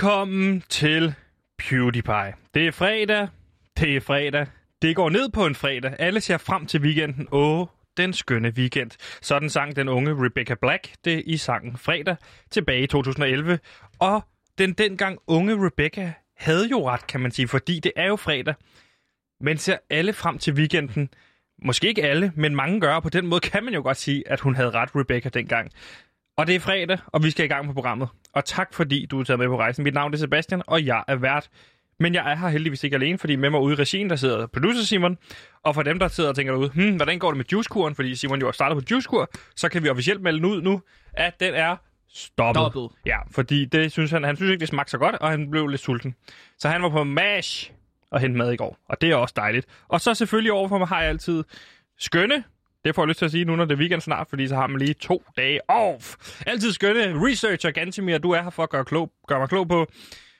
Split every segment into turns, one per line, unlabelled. Velkommen til PewDiePie. Det er fredag, det er fredag, det går ned på en fredag. Alle ser frem til weekenden. Åh, den skønne weekend. Sådan sang den unge Rebecca Black det i sangen Fredag tilbage i 2011. Og den dengang unge Rebecca havde jo ret, kan man sige, fordi det er jo fredag. Men ser alle frem til weekenden. Måske ikke alle, men mange gør, og på den måde kan man jo godt sige, at hun havde ret, Rebecca, dengang. Og det er fredag, og vi skal i gang med programmet. Og tak fordi du er taget med på rejsen. Mit navn er Sebastian, og jeg er vært. Men jeg er her heldigvis ikke alene, fordi med mig ude i regien, der sidder producer Simon. Og for dem, der sidder og tænker derude, hmm, hvordan går det med juicekuren? Fordi Simon jo har startet på juicekur, så kan vi officielt melde ud nu, at den er stoppet.
Stoppet.
Ja, fordi det synes han, han synes ikke, det smagte så godt, og han blev lidt sulten. Så han var på MASH og hente mad i går, og det er også dejligt. Og så selvfølgelig overfor mig har jeg altid skønne, det får jeg lyst til at sige nu, når det er weekend snart, fordi så har man lige to dage off. Altid skønne researcher, Gantemir, du er her for at gøre, klog, gøre mig klog på.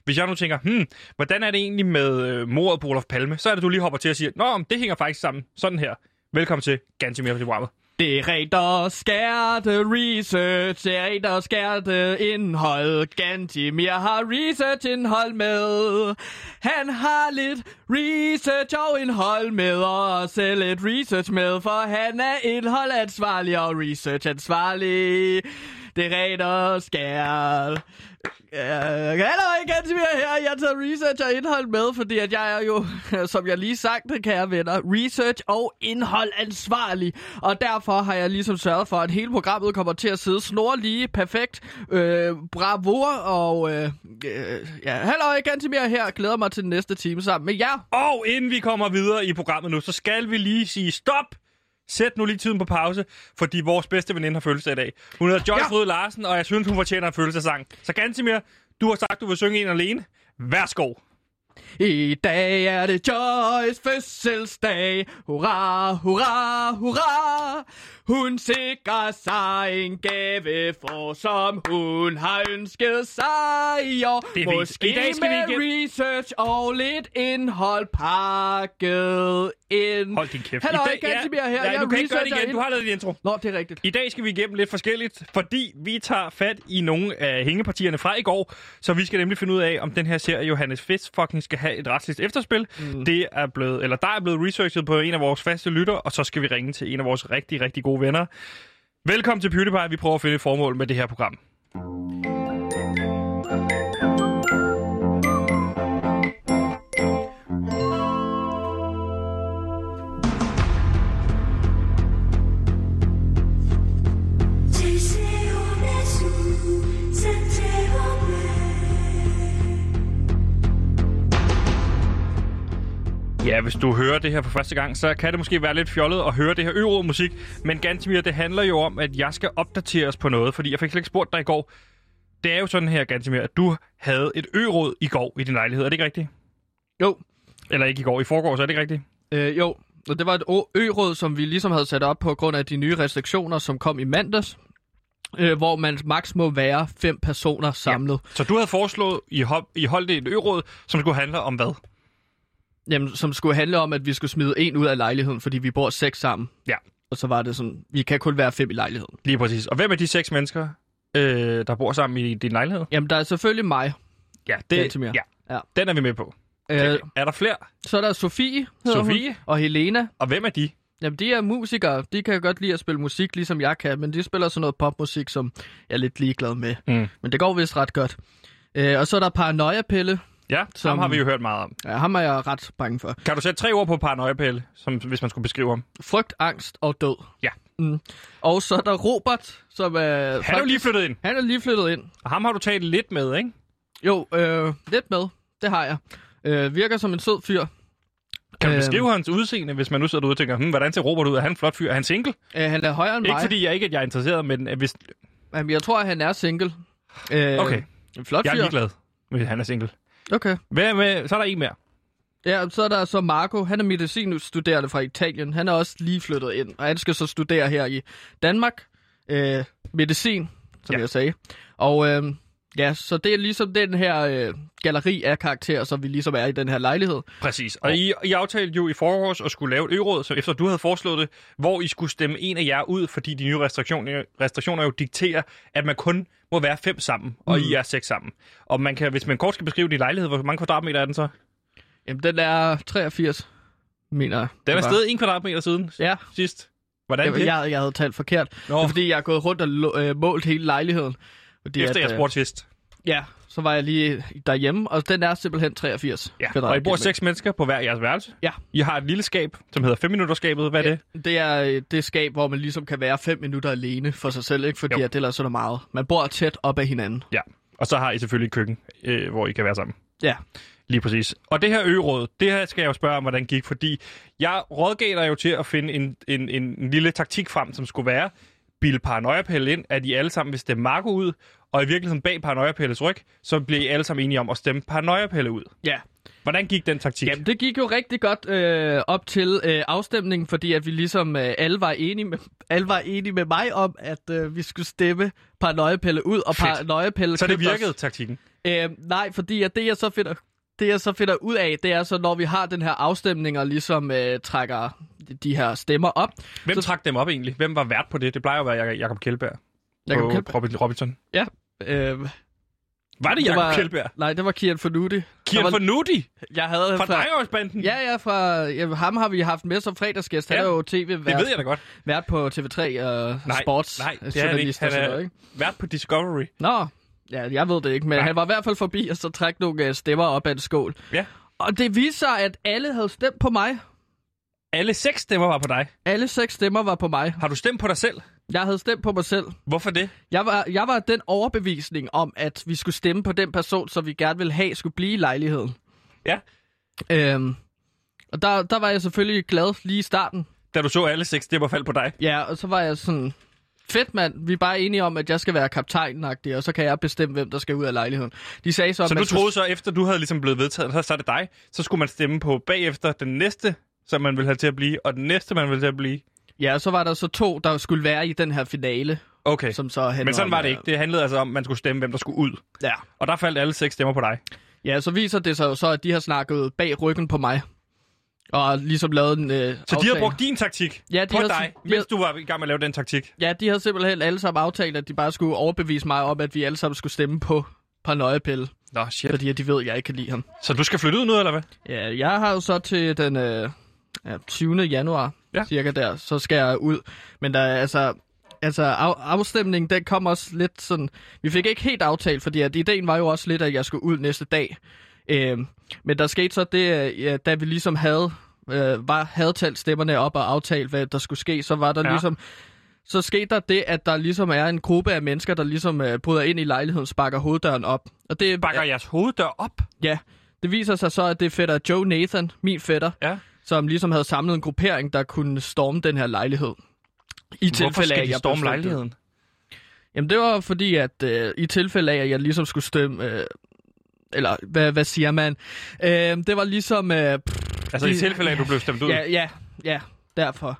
Hvis jeg nu tænker, hmm, hvordan er det egentlig med øh, mordet på Olof Palme? Så er det, du lige hopper til og siger, nå, men det hænger faktisk sammen sådan her. Velkommen til Gantemir på programmet.
Det er rent og skært research, det er rent og skært øh, indhold. Gantimir har research-indhold med. Han har lidt research og indhold med, og også lidt research med, for han er indholdansvarlig og researchansvarlig. Det er rent og skært. Øh, Hallo igen, Simir her. Jeg tager research og indhold med, fordi at jeg er jo, som jeg lige sagt, kære venner, research og indhold ansvarlig. Og derfor har jeg ligesom sørget for, at hele programmet kommer til at sidde snorlige, perfekt, øh, bravo og... Øh, øh, ja, hallo igen, Simir her. Glæder mig til den næste time sammen med jer.
Og inden vi kommer videre i programmet nu, så skal vi lige sige stop! Sæt nu lige tiden på pause, fordi vores bedste veninde har følelse i dag. Hun hedder Joyce
Ja.
ja. Røde Larsen, og jeg synes, hun fortjener en følelsesang. Så Gansimir, du har sagt, du vil synge en alene. Værsgo.
I dag er det Joyce fødselsdag. Hurra, hurra, hurra. Hun sikrer sig en gave for, som hun har ønsket sig i år.
Det er vi.
Måske
I dag skal vi
med
igen-
research og lidt indhold pakket ind.
Hold din kæft.
Hallo,
I
jeg er Gantemir her.
Ja,
Jeg
du kan ikke gøre det
researcher
igen. Du har lavet din intro.
Nå, det er rigtigt.
I dag skal vi igennem lidt forskelligt, fordi vi tager fat i nogle af hængepartierne fra i går, så vi skal nemlig finde ud af, om den her serie Johannes Fisk fucking skal have et retsligt efterspil. Mm. Det er blevet, eller der er blevet researchet på en af vores faste lytter, og så skal vi ringe til en af vores rigtig, rigtig gode venner. Velkommen til PewDiePie. Vi prøver at finde et formål med det her program. Ja, hvis du hører det her for første gang, så kan det måske være lidt fjollet at høre det her øvrige musik. Men Gantemir, det handler jo om, at jeg skal opdateres på noget, fordi jeg fik slet ikke spurgt dig i går. Det er jo sådan her, Gantemir, at du havde et øråd i går i din lejlighed. Er det ikke rigtigt?
Jo,
Eller ikke i går, i forgårs, er det ikke rigtigt?
øh, jo. Og det var et o- ø-råd, som vi ligesom havde sat op på grund af de nye restriktioner, som kom i mandags. Øh, hvor man maks må være fem personer samlet.
Så du havde foreslået, I, hop, I holdt et øråd, som skulle handle om hvad?
Jamen, som skulle handle om, at vi skulle smide en ud af lejligheden, fordi vi bor seks sammen.
Ja.
Og så var det sådan, vi kan kun være fem i lejligheden.
Lige præcis. Og hvem er de seks mennesker, øh, der bor sammen i din lejlighed?
Jamen, der er selvfølgelig mig.
Ja,
Gantemir.
ja,
Ja.
den er vi med på.
Øh,
Er der flere?
så er der Sofie, hedder
Sofie?
Hun, og Helena.
Og hvem er de?
Jamen, de er musikere. De kan godt lide at spille musik, ligesom jeg kan, men de spiller sådan noget popmusik, som jeg er lidt ligeglad med.
Mm.
Men det går vist ret godt. Øh, og så er der Paranoia-pille.
Ja, som... ham
Som-
har vi jo hørt meget om.
Ja, ham er jeg ret bange for.
Kan du sætte tre ord på paranoiapæle, som hvis man skulle beskrive ham?
Frygt, angst og død.
Ja.
Mm. Og så er der Robert, som er...
Han er jo lige flyttet ind,
han er lige flyttet ind.
og ham har du talt lidt med, ikke?
Jo, øh, lidt med. Det har jeg. Øh, virker som en sød fyr.
Kan du
Øhm.
beskrive hans udseende, hvis man nu sidder derude og tænker, hm, hvordan ser Robert ud? Er han en flot fyr? Er han single?
Øh, han er højere end
Ikke
mig.
fordi jeg ikke at jeg er interesseret, men øh, hvis...
Jamen, jeg tror, at han er single. Øh,
Okay,
En flot
jeg er
fyr.
ligeglad, hvis han er single.
Okay.
Hvad med... Så er der en mere.
Ja, så er der så Marco. Han er medicinstuderende fra Italien. Han er også lige flyttet ind, og han skal så studere her i Danmark. Øh, medicin, som
Ja.
ja. jeg sagde. Og øh, Ja, så det er ligesom den her øh, galleri af karakterer, som vi ligesom er i den her lejlighed.
Præcis. Og I, I aftalte jo i forårs at skulle lave et øråd, så efter du havde foreslået det, hvor I skulle stemme en af jer ud, fordi de nye restriktioner, restriktioner jo dikterer, at man kun må være fem sammen, og mm. I er seks sammen. Og man kan, hvis man kort skal beskrive din lejlighed, hvor mange kvadratmeter er den så?
Jamen, den er 83, mener jeg.
Den er
Det var.
stedet en kvadratmeter siden
Ja,
sidst. Hvordan
jeg,
det?
jeg, jeg havde talt forkert.
Nå.
Det er, fordi jeg er gået rundt og lo- øh, målt hele lejligheden. Fordi
Efter
at,
jeg
øh,
spurgte sidst.
Ja, så var jeg lige derhjemme, og den er simpelthen 83
Ja. Og I bor seks mennesker på hver jeres værelse.
Ja.
I har et lille skab, som hedder 5 minutter skabet. Hvad er det?
Det er øh, det skab, hvor man ligesom kan være fem minutter alene for sig selv, ikke? fordi
Jo.
at det ellers er der meget. Man bor tæt op ad hinanden.
Ja. Og så har I selvfølgelig et køkken, øh, hvor I kan være sammen.
Ja,
Lige præcis. Og det her øråd, det her skal jeg jo spørge om, hvordan det gik, fordi jeg rådgav dig jo til at finde en, en, en, en lille taktik frem, som skulle være, bilde paranoiapælle ind, at I alle sammen vil stemme Marco ud, og i virkeligheden bag paranoiapælles ryg, så bliver I alle sammen enige om at stemme paranoiapælle ud.
ja.
Hvordan gik den taktik?
Jamen, det gik jo rigtig godt øh, op til øh, afstemningen, fordi at vi ligesom øh, alle, var enige med, alle var enige med mig om, at øh, vi skulle stemme Paranoiapelle ud, og
Fedt.
Paranoiapelle
så det
købte os-
virkede, taktikken.
Øh, nej, fordi at det, jeg så finder, det, jeg så finder ud af, det er så, når vi har den her afstemning og ligesom øh, trækker de her stemmer op.
Hvem
Så-
så... trak dem op egentlig? Hvem var vært på det? Det plejer jo at være Jak- Jakob Kjeldberg.
Jakob
på
Kjeldberg?
Robin- Robinson.
Øh,
Var det
Det
Jakob
var-
Kjeldberg?
nej, det var Kian Fornuti.
Kian
var-
var... Fornuti
Jeg havde
fra Drengårsbanden?
Ja, ja, fra, ja, ham har vi haft med som fredagsgæst. Han
Ja,
er jo
Det
tv-vært
ved jeg da godt.
vært på TV3 og
Nej,
sports.
nej, det er han
journalist
ikke.
og sådan
Han er-
noget, ikke?
Vært på Discovery.
Nå, ja, jeg ved det ikke, men
Nej.
han var i hvert fald forbi, og så trak nogle øh, stemmer op ad en skål.
Ja.
Og det viste sig, at alle havde stemt på mig.
Alle seks stemmer var på dig.
Alle seks stemmer var på mig.
Har du stemt på dig selv?
Jeg havde stemt på mig selv.
Hvorfor det?
Jeg var, jeg var af den overbevisning om, at vi skulle stemme på den person, som vi gerne ville have, skulle blive i lejligheden.
Ja.
Øhm, og der, der var jeg selvfølgelig glad lige i starten.
Da du så alle seks stemmer falde på dig.
Ja, og så var jeg sådan, fedt mand, vi er bare enige om, at jeg skal være kaptajn og så kan jeg bestemme, hvem der skal ud af lejligheden. De sagde så, at
Så
man
du troede så, efter du havde ligesom blevet vedtaget, så, så er det dig, så skulle man stemme på bagefter den næste, som man ville have til at blive, og den næste, man ville til at blive.
skulle, Ja, så var der så to, der skulle være i den her finale,
Okay,
som så handler
men sådan
om,
var det
øh,
ikke. Det handlede altså om, at man skulle stemme, hvem der skulle ud.
Ja.
Og der faldt alle seks stemmer på dig.
ja, så viser det sig jo så, at de har snakket bag ryggen på mig. Og ligesom lavet en øh,
Så de havde brugt din taktik
Ja, de
på
havde-
dig,
de
mens
havde-
du var i gang med at lave den taktik.
Ja, de havde simpelthen alle sammen aftalt, at de bare skulle overbevise mig om, at vi alle sammen skulle stemme på Parnøjepille,
Nå, shit.
fordi at de ved, at jeg ikke kan lide ham.
Så du skal flytte ud nu, eller hvad?
Ja, jeg har jo så til den øh, ja, 20. januar,
Ja.
ja. cirka der, så skal jeg ud. Men der er altså... Altså, af, afstemningen, den kom også lidt sådan... Vi fik ikke helt aftalt, fordi at ideen var jo også lidt, at jeg skulle ud næste dag. Øh, men der skete så det, øh, ja, da vi ligesom havde, øh, var, havde talt stemmerne op og aftalt, hvad der skulle ske, så var der
Ja.
ja. ligesom... Så skete der det, at der ligesom er en gruppe af mennesker, der ligesom øh, bryder ind i lejligheden, sparker hoveddøren op. Og det,
Bakker jeres hoveddør op?
Ja, det viser sig så, at det er fætter Joe Nathan, min fætter,
Ja.
som ligesom havde samlet en gruppering, der kunne storme den her lejlighed. I
Hvorfor
tilfælde af,
skal
at
de
jeg
storme
blev slået ned.
lejligheden?
Jamen det var fordi, at øh, i tilfælde af, at jeg ligesom skulle stemme... Øh, eller hvad, hvad siger man? Øh, det var ligesom... Øh, pff,
Altså i
De-
tilfælde af, at du blev stemt ud?
ja, ja, ja, derfor.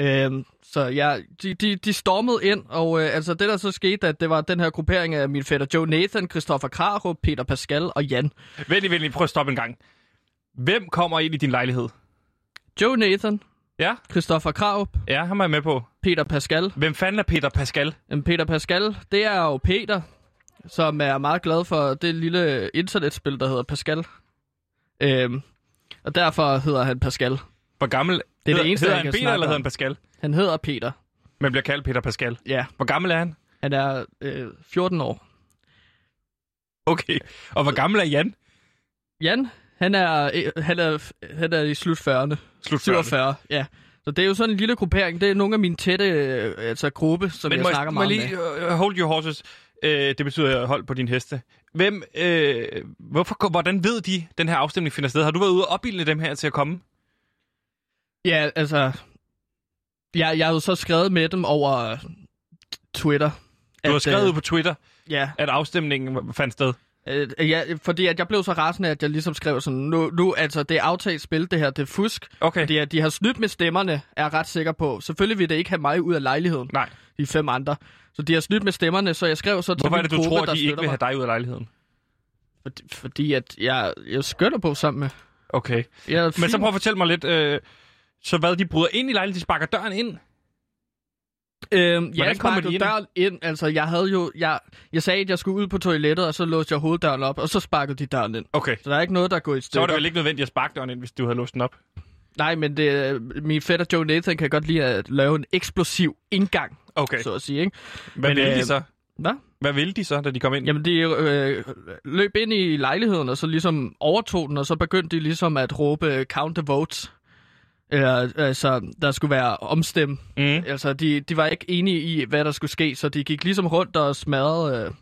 Øh, så ja, de, de, de stormede ind, og øh, altså det der så skete, at det var den her gruppering af min fætter Joe Nathan, Christoffer Krarup, Peter Pascal og Jan.
Vent lige, vent lige. Prøv at stoppe en gang. Hvem kommer ind i din lejlighed?
Joe Nathan,
Ja,
Christoffer Krarup,
ja, ham er jeg med på.
Peter Pascal.
Hvem fanden er Peter Pascal?
Jamen, Peter Pascal, det er jo Peter, som er meget glad for det lille internetspil, der hedder Pascal. Øhm, og derfor hedder han Pascal.
Hvor gammel
det
hedder,
eneste,
hedder
jeg
han
kan
Peter, eller
snakke om.
hedder han Pascal?
Han hedder Peter.
Men bliver kaldt Peter Pascal.
Ja,
Hvor gammel er han?
han er øh, 14 år.
Okay. Og hvor gammel er Jan?
Jan, han er, øh, han er, han er i slut 40'erne.
Slut 40.
47, ja. Så det er jo sådan en lille gruppering. Det er nogle af mine tætte øh, altså, gruppe, som
Men
jeg
må
snakker
må
meget
lige
med.
øh, hold your horses. Øh, det betyder hold på din heste. Hvem, øh, hvorfor, hvordan ved de, den her afstemning finder sted? Har du været ude og opbilde dem her til at komme?
Ja, altså... Jeg, jeg har jo så skrevet med dem over øh, Twitter.
Du har
at,
skrevet
øh,
ud på Twitter,
Ja,
at afstemningen fandt sted.
Øh, ja, fordi at jeg blev så rasende, at jeg ligesom skrev sådan, nu, nu altså, det er aftalt spil, det her, det er fusk.
Okay.
Fordi at de har snydt med stemmerne, er jeg ret sikker på. Selvfølgelig vil det ikke have mig ud af lejligheden,
Nej.
de fem andre. Så de har snydt med stemmerne, så jeg skrev så til
Hvorfor er det,
min
du
gruppe,
tror,
der
de ikke
støtter
vil have
mig.
dig ud af lejligheden?
Fordi, fordi at jeg, jeg skøtter på sammen med.
Okay.
Jeg er fin.
Men så prøv at fortælle mig lidt, øh, så hvad, de bryder ind i lejligheden, de sparker døren ind?
Øhm, ja,
Hvordan
jeg
kommer
sparkede
de ind?
døren ind. Altså, jeg havde jo... Jeg, jeg sagde, at jeg skulle ud på toilettet, og så låste jeg hoveddøren op, og så sparkede de døren ind.
Okay.
Så der er ikke noget, der er gået i
Så
stykker.
var det vel ikke nødvendigt at sparke døren ind, hvis du havde låst den op?
Nej, men det, min fætter Joe Nathan kan godt lide at lave en eksplosiv indgang,
Okay.
okay. så at sige. Ikke?
Hvad
Men,
men, ville de
øh,
så?
Hvad?
Hvad ville de så, da de kom ind?
Jamen, de øh, løb ind i lejligheden, og så ligesom overtog den, og så begyndte de ligesom at råbe øh, count the votes. Eller, altså, der skulle være omstemme.
Mm.
Altså, de, de var ikke enige i, hvad der skulle ske, så de gik ligesom rundt og smadrede øh,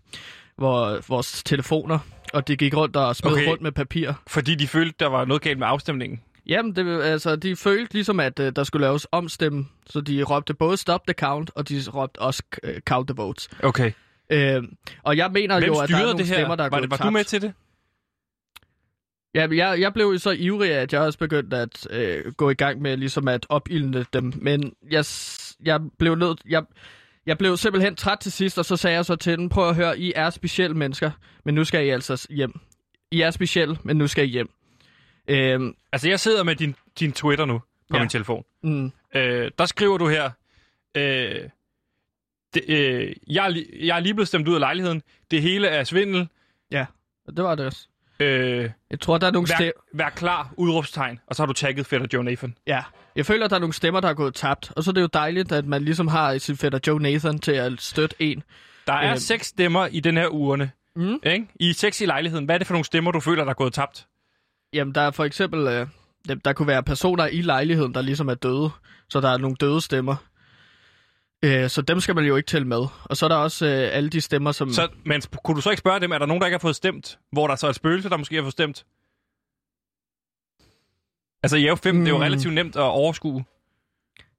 vor, vores telefoner. Og de gik rundt og smed
Okay.
okay. rundt med papir.
Fordi de følte, der var noget galt med afstemningen.
Jamen, det, altså, de følte ligesom, at øh, der skulle laves omstemme, så de råbte både stop the count, og de råbte også øh, count the votes.
Okay.
Øh, og jeg mener
Hvem
jo, at der er
styrede
nogle
det her?
stemmer, der er
var
gået
var du
tabt.
med til det?
Ja, men jeg, jeg blev jo så ivrig, at jeg også begyndte at øh, gå i gang med ligesom at opildne dem. Men jeg, s- jeg blev nødt... Jeg, jeg blev simpelthen træt til sidst, og så sagde jeg så til dem, prøv at høre, I er specielle mennesker, men nu skal I altså s- hjem. I er specielle, men nu skal I hjem. Øhm,
Altså, jeg sidder med din, din Twitter nu på ja.
Ja.
min telefon.
mm,
Øh, der skriver du her, øh, det, øh, jeg, er li- jeg er lige blevet stemt ud af lejligheden. Det hele er svindel.
og det var det også.
Øh,
Jeg tror, der er nogle stemmer...
vær, vær klar, udråbstegn. Og så har du tagget fætter Joe Nathan.
Ja, jeg føler, at der er nogle stemmer, der er gået tabt. Og så er det jo dejligt, at man ligesom har sin fætter Joe Nathan til at støtte en.
Der er
Øh.
seks stemmer i den her urne.
Mm.
Ikke? I er seks i lejligheden. Hvad er det for nogle stemmer, du føler, der er gået tabt?
Jamen, der er for eksempel... Øh, der- der kunne være personer i lejligheden, der ligesom er døde. Så der er nogle døde stemmer. Øh, så dem skal man jo ikke tælle med. Og så er der også øh, alle de stemmer, som...
Så, men sp- kunne du så ikke spørge dem, er der nogen, der ikke har fået stemt? Hvor der så er et spøgelse, der måske har fået stemt? Altså i F5, mm. det er jo
Mm.
relativt nemt at overskue.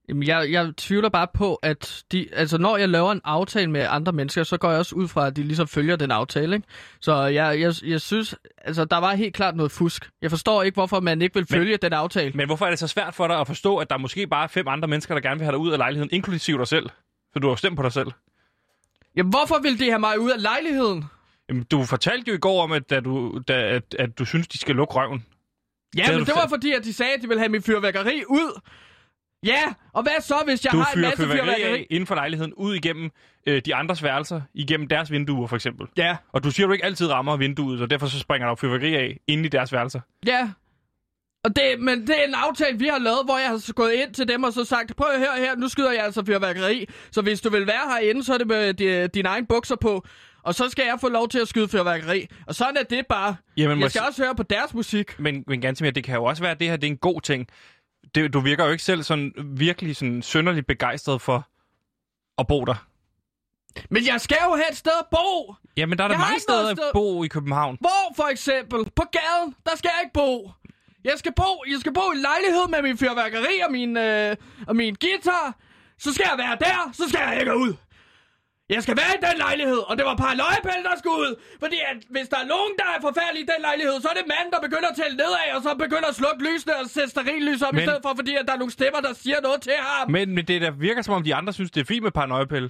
Jamen, jeg, jeg tvivler bare på, at de... Altså, når jeg laver en aftale med andre mennesker, så går jeg også ud fra, at de ligesom følger den aftale, ikke? Så jeg, jeg, jeg synes... Altså, der var helt klart noget fusk. Jeg forstår ikke, hvorfor man ikke vil
Men-
følge den aftale.
Men hvorfor er det så svært for dig at forstå, at der måske bare er fem andre mennesker, der gerne vil have dig ud af lejligheden, inklusive dig selv? For du har jo stemt på dig selv.
Jamen, hvorfor vil de have mig ud af lejligheden?
Jamen, du fortalte jo i går om, at, da du, da, at, at du synes, de skal lukke røven.
Ja,
havde
men
du
det
selv-
var fordi, at de sagde, at de ville have mit fyrværkeri ud. Ja, og hvad så, hvis jeg
Du
har en
fyrer
masse
fyrværkeri af
fyrværkeri?
inden for lejligheden, ud igennem øh, de andres værelser, igennem deres vinduer for eksempel.
Ja,
Og du siger, at du ikke altid rammer vinduet, og derfor så springer der jo fyrværkeri af inde i deres værelser.
ja. Og det, men det er en aftale, vi har lavet, hvor jeg har gået ind til dem og så sagt, prøv at høre her, nu skyder jeg altså fyrværkeri. Så hvis du vil være herinde, så er det med de, dine egne bukser på. Og så skal jeg få lov til at skyde fyrværkeri. Og sådan er det bare.
Jamen, må
Jeg skal også høre på deres musik.
Men, men ganske mere, det kan jo også være, at det her det er en god ting. Det, du virker jo ikke selv sådan virkelig sådan synderligt begejstret for at bo der.
Men jeg skal jo have et sted at bo.
Jamen, der er der
Jeg har
mange
ikke noget
steder at
sted-
bo i København.
Hvor for eksempel? På gaden, der skal jeg ikke bo. Jeg skal bo, jeg skal bo i en lejlighed med min fyrværkeri og min, øh, og min guitar. Så skal jeg være der, så skal jeg ikke ud. Jeg skal være i den lejlighed, og det var paranoiapæl, der skulle ud. Fordi at hvis der er nogen, der er forfærdelig i den lejlighed, så er det manden, der begynder at tælle nedad, og så begynder at slukke lysene og sætte sterillys op,
Men-
i stedet for, fordi at der er nogle stemmer, der siger noget til ham.
Men, men det der virker som om, de andre synes, det er fint med paranoiapille.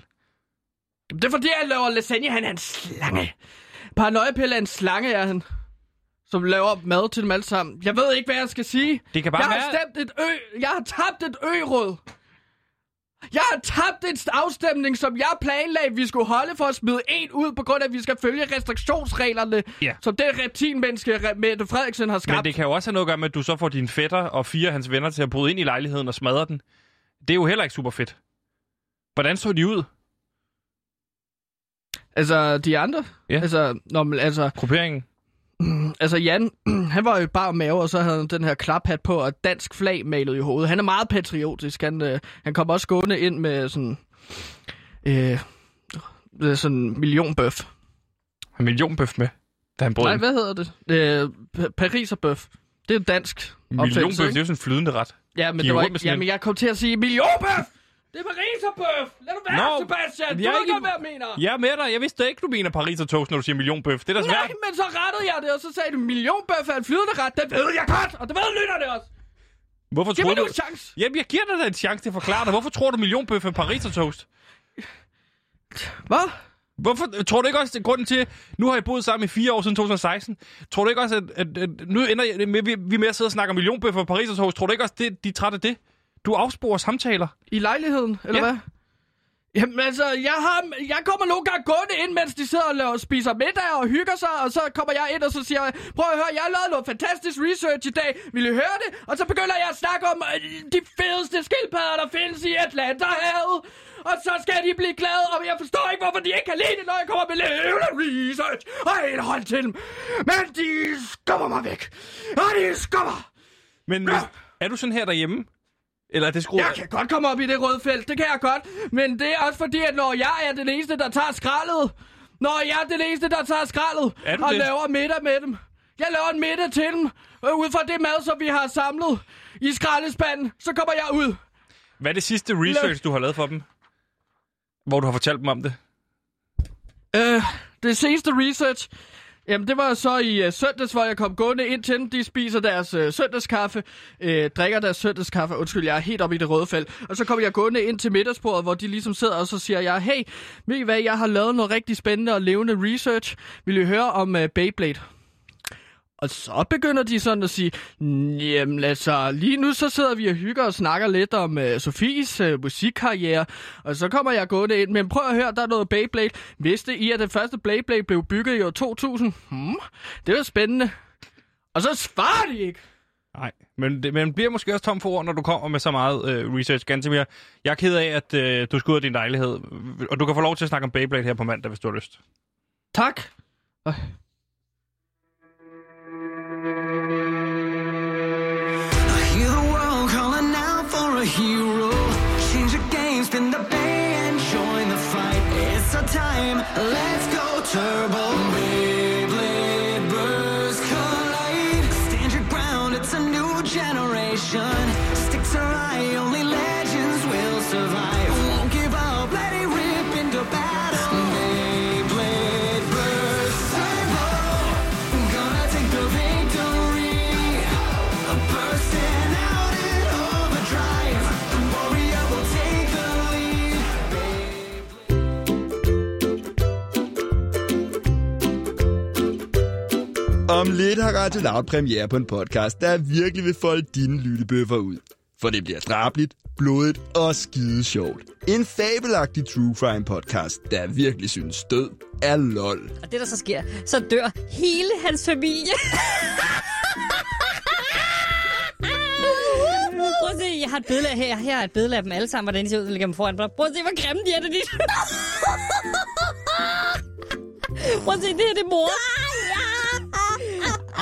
Det er fordi, han laver lasagne, han er en slange. Paranoiapille er en slange, er han. Som laver mad til dem alle sammen. Jeg ved ikke, hvad jeg skal sige.
Det kan bare
jeg
være...
har stemt et ø. Jeg har tabt et ø-råd. Jeg har tabt en afstemning, som jeg planlagde, vi skulle holde for at smide en ud, på grund af, at vi skal følge restriktionsreglerne,
Ja.
som den reptilmenneske Re- Mette Frederiksen har skabt.
Men det kan jo også have noget at gøre med, at du så får dine fætter og fire af hans venner til at bryde ind i lejligheden og smadre den. Det er jo heller ikke super fedt. Hvordan så de ud?
Altså, de andre?
Ja.
Altså, nå, men, altså,
Grupperingen?
Altså Jan, han var jo bare mave, og så havde han den her klaphat på, og et dansk flag malet i hovedet. Han er meget patriotisk. Han, øh, han kom også gående ind med sådan... Øh, med sådan en millionbøf.
Har en millionbøf med, da han brød
Nej,
ind.
hvad hedder det? Øh, pa- Pariserbøf. Det er en dansk
Millionbøf,
opfindelse,
det er
ikke?
jo sådan en flydende ret.
Ja, men,
giver
det var
rundt med
ikke,
sådan
ja,
en-
men jeg kom til at sige millionbøf! Det er Pariserbøf! Lad nu være,
Nå,
Sebastian! Du
jeg er
ved
ikke-
godt, hvad jeg mener!
Jeg er med dig. Jeg vidste ikke, du mener Paris og toast, når du siger millionbøf. Det er da
Nej,
svært.
men så rettede jeg det, og så sagde du, millionbøf er en flydende ret. Det ved jeg godt, og det ved lytterne også.
Hvorfor
Giv
tror
mig nu
du...
en chance.
Jamen, jeg giver dig da en chance til at forklare dig. Hvorfor tror du millionbøf er Paris og toast?
Hvad?
Hvorfor, tror du ikke også, at grunden til, nu har I boet sammen i fire år siden 2016, tror du ikke også, at, at, at nu ender I med, vi, vi er med at sidde og snakke om millionbøffer og Paris hos, tror du ikke også, det, de er trætte af det? Du afsporer samtaler.
I lejligheden, eller
Ja.
hvad? Jamen altså, jeg, har, jeg kommer nogle gange gående ind, mens de sidder og laver, spiser middag og hygger sig, og så kommer jeg ind, og så siger jeg, prøv at høre, jeg har lavet noget fantastisk research i dag, vil I høre det? Og så begynder jeg at snakke om øh, de fedeste skildpadder, der findes i Atlanterhavet, og så skal de blive glade, og jeg forstår ikke, hvorfor de ikke kan lide det, når jeg kommer med levende research og indhold til dem. Men de skubber mig væk, og de skubber.
Men hvis, er du sådan her derhjemme? Eller er det skruet?
Jeg kan godt komme op i det røde felt, det kan jeg godt. Men det er også fordi, at når jeg er den eneste, der tager skraldet, når jeg er den eneste, der tager skraldet
Er du
og
det?
laver middag med dem. Jeg laver en middag til dem, øh, ud fra det mad, som vi har samlet i skraldespanden. Så kommer jeg ud.
Hvad er det sidste research, du har lavet for dem? Hvor du har fortalt dem om det?
Øh, det seneste research, jamen det var så i øh, søndags, hvor jeg kom gående ind til dem. De spiser deres øh, søndagskaffe, øh, drikker deres søndagskaffe. Undskyld, jeg er helt oppe i det røde felt. Og så kom jeg gående ind til middagsbordet, hvor de ligesom sidder, og så siger jeg, hey, ved I hvad, jeg har lavet noget rigtig spændende og levende research. Vil I høre om øh, Beyblade? Og så begynder de sådan at sige, "Mm, jamen altså, lige nu så sidder vi og hygger og snakker lidt om øh, Sofies øh, musikkarriere, og så kommer jeg gående ind, men prøv at høre, der er noget Beyblade. Vidste I, at den første Beyblade blev bygget i år 2000? Hmm, det var spændende. Og så svarer de ikke.
Nej, men det, man bliver måske også tom for ord, når du kommer med så meget øh, research. Gantemir, jeg er ked af, at øh, du skal ud af din lejlighed, og du kan få lov til at snakke om Beyblade her på mandag, hvis du har lyst.
Tak. Øh.
I hear the world calling out for a hero. Change the game, spin the bay, and join the fight. It's our time, let's go turbo. Beyblade burst collide. Stand your ground, it's a new generation. Sticks are high, only legends will survive. Won't give up, let it rip into battle. Beyblade burst turbo. Gonna take the victory. Bursting out in overdrive, the warrior will take the lead.
Om lidt har Radio Loud premiere på en podcast, der virkelig vil folde dine lyttebøffer ud. For det bliver drabligt, blodigt og skide sjovt. En fabelagtig true crime podcast, der virkelig synes død er lol.
Og det, der så sker, så dør hele hans familie. Prøv at se, jeg har et billede af her. Her er et billede af dem alle sammen, hvordan de ser ud, der ligger dem foran. Prøv at se, hvor grimme de er, det er de- Prøv at se, det her det er mor.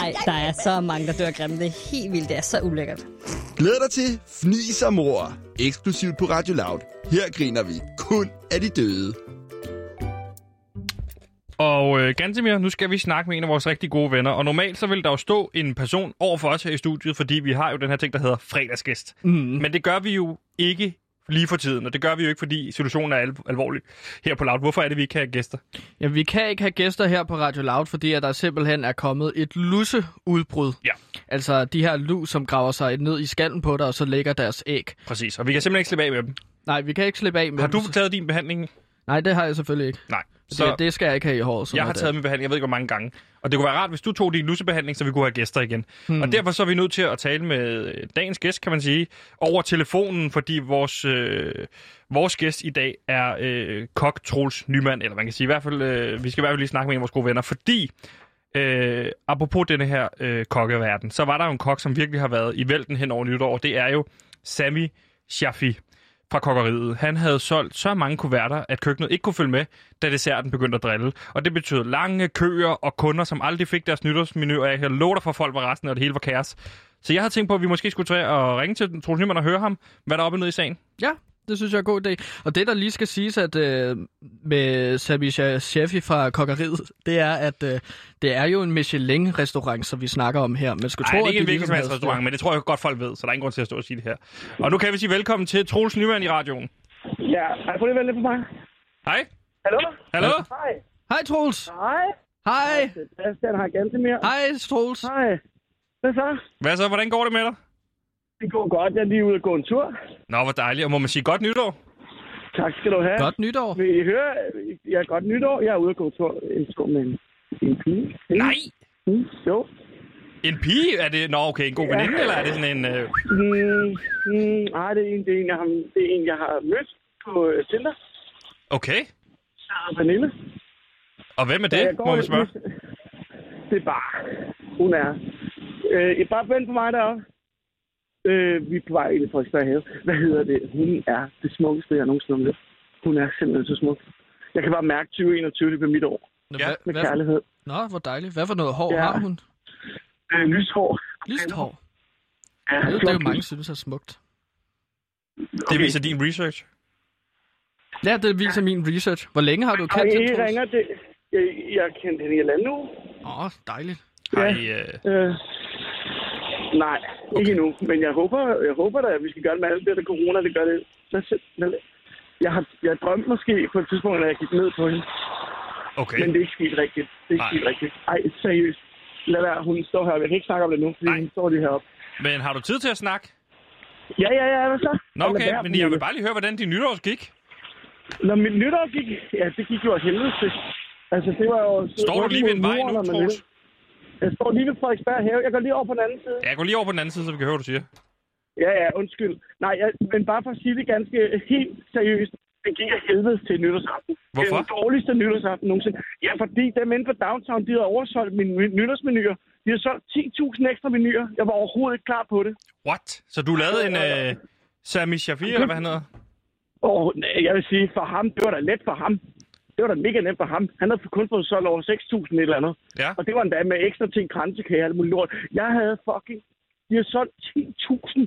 Ej, der er så mange, der dør grimme. Det er helt vildt. Det er så ulækkert.
Glæd dig til Fnis og Mor, eksklusivt på Radio Loud. Her griner vi kun af de døde.
Og øh, Gantemir, nu skal vi snakke med en af vores rigtig gode venner. Og normalt så vil der jo stå en person over for os her i studiet, fordi vi har jo den her ting, der hedder fredagsgæst. Mm. Men det gør vi jo ikke lige for tiden, og det gør vi jo ikke, fordi situationen er al- alvorlig her på Loud. Hvorfor er det, vi ikke kan have gæster?
Ja, vi kan ikke have gæster her på Radio Loud, fordi at der simpelthen er kommet et lusseudbrud.
Ja.
Altså de her lus, som graver sig ned i skallen på dig, og så lægger deres æg.
Præcis, og vi kan simpelthen ikke slippe af med dem.
Nej, vi kan ikke slippe af med
Har
dem.
du taget din behandling?
Nej, det har jeg selvfølgelig ikke.
Nej.
Så... Det, det skal jeg ikke have i håret. sådan
jeg har
noget
taget min behandling, jeg ved ikke hvor mange gange. Og det kunne være rart, hvis du tog din lussebehandling, så vi kunne have gæster igen. Hmm. Og derfor så er vi nødt til at tale med øh, dagens gæst, kan man sige, over telefonen, fordi vores, øh, vores gæst i dag er øh, kok Troels Nymand, eller man kan sige i hvert fald, øh, vi skal i hvert fald lige snakke med en af vores gode venner, fordi øh, apropos denne her øh, kokkeverden, så var der jo en kok, som virkelig har været i vælten hen over nytår, og det er jo Sami Shafi fra kokkeriet. Han havde solgt så mange kuverter, at køkkenet ikke kunne følge med, da desserten begyndte at drille. Og det betød lange køer og kunder, som aldrig fik deres nytårsmenu, og jeg kan love dig for, at folk var resten, og det hele var kaos. Så jeg havde tænkt på, at vi måske skulle tage og ringe til Troels Nyman og høre ham, hvad der er oppe ned i sagen.
Ja, det synes jeg er en god idé. Og det, der lige skal siges at, øh, med Sami Chefi fra kokkeriet, det er, at øh, det er jo en Michelin-restaurant, som vi snakker om her. Man skulle
Nej, det
tro,
er
at
ikke en
de
hvilken som helst
havde-
restaurant, men det tror jeg godt, folk ved, så der er ingen grund til at stå og sige det her. Og nu kan vi sige velkommen til Troels Nyman i radioen.
Ja, ej, prøv lige at vælge lidt på mig.
Hej.
Hallo?
Hallo?
Hej.
Hej, Troels!
Hej.
Hej!
Sebastian har ganske mere.
Hej, Troels!
Hej. Hvad så?
Hvad så? Hvordan går det med dig?
Det går godt. Jeg er lige ude og gå en tur.
Nå, hvor dejligt. Og må man sige godt nytår?
Tak skal du have.
Godt nytår.
Vil I høre? Jeg er godt nytår. Jeg er ude at gå tur en skov med en, en pige.
Nej!
Mm, jo.
En pige? Er det... Nå, okay, en god veninde, eller er det sådan en... Øh...
Mm, mm, nej, det er en, det er en, jeg har, det er en, jeg har mødt på øh, Tinder.
Okay.
Der er Pernille.
Og hvem er det, må man spørge?
Det er bare... Hun er... Øh, I bare vent på mig deroppe. Øh, vi er på vej ind i Frederiksberg Have. Hvad hedder det? Hun er det smukkeste, jeg nogensinde har mødt. Hun er simpelthen så smuk. Jeg kan bare mærke 2021, det bliver mit år
Nå,
Ja,
hvad-
med
hvad-
kærlighed.
Nå, hvor dejligt. Hvad for noget hår
Ja.
har hun?
Øh, lyshår.
Lyst hår.
Ja,
Det er
flot
jo
lys.
mange synes er smukt.
Det viser din research.
Ja, det viser min research. Hvor længe har du
Og
kendt hende,
I
Troels?
ringer det... Jeg, jeg kendte hende i landet nu.
Åh, oh, dejligt.
Har I, øh...
Øh, nej, okay. ikke endnu. Men jeg håber, jeg håber da, at vi skal gøre det med alt det, der corona, det gør det. Lad os se. Lad os- Jeg har jeg drømte måske på et tidspunkt, at jeg gik ned på hende.
Okay.
Men det er ikke helt rigtigt. Det er ikke
Nej.
helt rigtigt. Ej, seriøst. Lad være, hun står her. Jeg kan ikke snakke om det nu, fordi
Nej.
hun står lige heroppe.
Men har du tid til at snakke?
Ja, ja, ja, hvad så?
Nå,
Lad
okay,
være,
men jeg vil
Pernille.
bare lige høre, hvordan din nytårs gik.
Når mit nytår gik, ja, det gik jo af helvede til. Altså, det var jo...
Står du lige ved en vej nu,
Når man
Troels?
vil. Jeg står lige ved Frederiksberg Have. Jeg går lige over på den anden side.
Ja, gå lige over på den anden side, så vi kan høre, hvad du siger.
Ja, ja, undskyld. Nej, jeg, men bare for at sige det ganske helt seriøst. Det gik af helvede til nytårsaften. Det
Hvorfor?
er den dårligste nytårsaften nogensinde. Ja, fordi dem inde på Downtown, de havde oversolgt mine ny- nytårsmenuer. De har solgt 10.000 ekstra menuer. Jeg var overhovedet ikke klar på det.
What? Så du lavede en øh, Sami Shafir, eller hvad han hedder?
Og nej, jeg vil sige, for ham, det var da let for ham. Det var da mega nemt for ham. Han havde kun fået solgt over 6.000 et eller andet.
Ja.
Og det var endda med ekstra ting, kransekage og alt muligt lort. Jeg havde fucking... De har solgt 10.000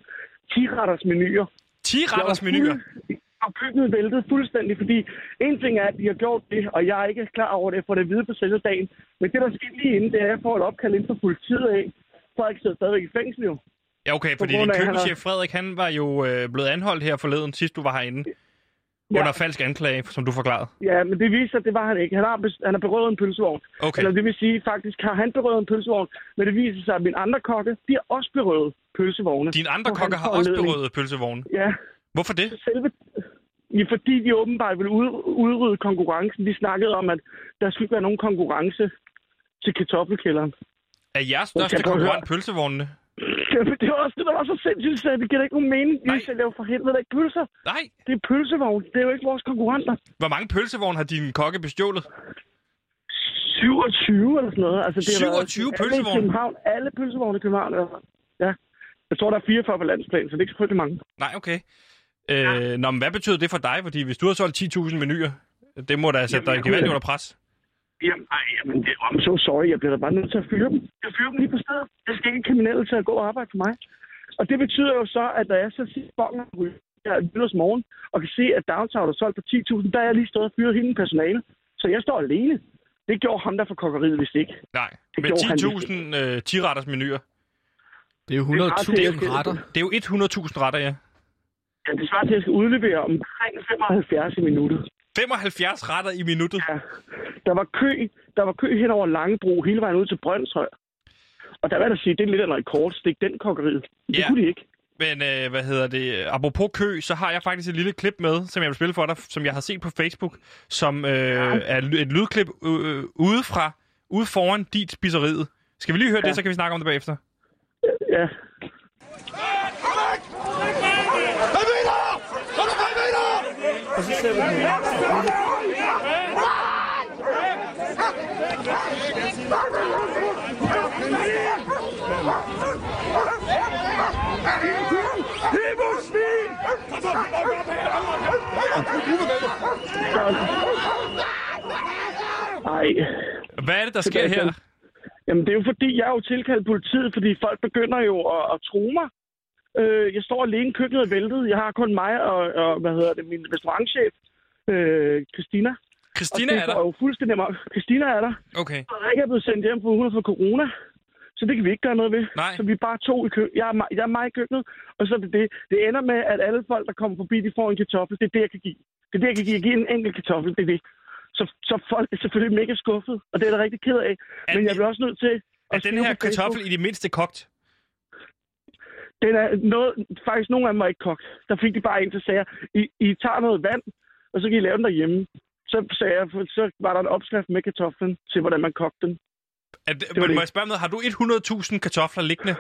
10-retters menuer.
10
Jeg var
retters menuer.
fuld- Og køkkenet væltede fuldstændig, fordi en ting er, at de har gjort det, og jeg er ikke klar over det, for det videre på selve dagen. Men det, der skete lige inden, det er, at jeg får et opkald ind fra politiet af. Frederik sidder stadigvæk i fængsel jo.
Ja, okay, fordi din
grund af, han
køkkenchef Frederik, han var jo øh, blevet anholdt her forleden, sidst du var herinde.
Ja.
Under falsk anklage, som du forklarede.
Ja, men det viser sig, at det var han ikke. Han har, bes- han har berøvet en pølsevogn.
Okay.
Eller det vil sige, faktisk har han berøvet en pølsevogn, men det viser sig, at mine andre kokke, de har også berøvet pølsevogne.
Dine andre
På
kokker
hans
har også
foranledning.
berøvet pølsevogne.
Ja,
Hvorfor det?
selve... Ja, fordi de åbenbart ville ud- udrydde konkurrencen. De snakkede om, at der skulle ikke være nogen konkurrence til kartoffelkælderen.
Er jeres
Jeg
største
kan prøve at
konkurrent pølsevognene?
Ja, men det var også det, der var så sindssygt, så det giver da ikke nogen mening.
Nej.
Vi skal lave for helvede da ikke pølser.
Nej.
Det er pølsevogn. Det er jo ikke vores konkurrenter.
Hvor mange pølsevogne har din kokke bestjålet?
27 eller sådan noget. Altså, det har været
27
alle i
pølsevogne?
København, alle pølsevogne i København. i hvert fald. Ja. Jeg tror, der er 44 på landsplan, så det er ikke selvfølgelig mange.
Nej, okay. Øh, Nå, men hvad betød det for dig? Fordi hvis du har solgt 10.000 menuer, det må da sætte
Jamen,
dig
jeg
gevaldigt
kunne-
under pres.
Jamen, ej, jamen, det, I'm so sorry. Jeg bliver da bare nødt til at fyre dem. Jeg fyrer dem lige på stedet. Jeg skal ikke kriminelle til at gå og arbejde for mig. Og det betyder jo så, at når jeg så sidder bongen ryger her nytårsmorgen, og kan se, at downtown er solgt på 10.000, der er jeg lige stået og fyret hele personale. Så jeg står alene. Det gjorde ham der fra kokkeriet, hvis ikke.
Nej,
Det
med
gjorde han
10.000 øh, 10-retters menuer.
Det er jo
ret til, at jeg
100.000
skal-
retter.
Det er jo 100.000 retter, ja.
Ja, det svarer til, at jeg skal udlevere omkring 75 i minuttet.
75 retter i minuttet.
Ja. Der var kø, der var kø hen over Langebro hele vejen ud til Brøndshøj. Og der var der sige, det er lidt af en rekord, stik den kokkeriet. Det
Ja.
ja. kunne de ikke.
Men øh, hvad hedder det? Apropos kø, så har jeg faktisk et lille klip med, som jeg vil spille for dig, som jeg har set på Facebook, som øh, er ly- et lydklip øh, ude fra, ude foran dit spiseriet. Skal vi lige høre ja. det, så kan vi snakke om det bagefter.
Ja. Ej,
Hvad er det, der sker
er
her?
sådan. Jamen, det er jo fordi, jeg er jo tilkaldt politiet, fordi folk begynder jo at, at true mig. Øh, jeg står alene i køkkenet og væltet. Jeg har kun mig og, og hvad hedder det, min restaurantchef, øh, Christina.
Christina
og det
er
går
der.
jo fuldstændig mig. Christina er der.
Okay.
Frederik er blevet sendt hjem på 100 for corona, så det kan vi ikke gøre noget ved.
Nej.
Så vi er bare to i køkkenet. Jeg er, mig, jeg er mig i køkkenet, og så er det det. Det ender med, at alle folk, der kommer forbi, de får en kartoffel. Det er det, jeg kan give. Det er det, jeg kan give. Jeg giver en enkelt kartoffel. Det er det. Så, så folk er selvfølgelig mega skuffet, og det er jeg da rigtig ked af.
Er
Men
den-
jeg bliver også nødt til...
Er den
at skrive
her
på Facebook.
kartoffel i det mindste kogt?
Den er noget, faktisk nogle af dem var ikke kogt. Der fik de bare en, der sagde, I, I tager noget vand, og så kan I lave den derhjemme. Så, sagde jeg, så var der en opskrift med kartoflen til, hvordan man kogte den.
Er det,
var
men
det.
må jeg spørge om noget? Har du 100.000 kartofler liggende?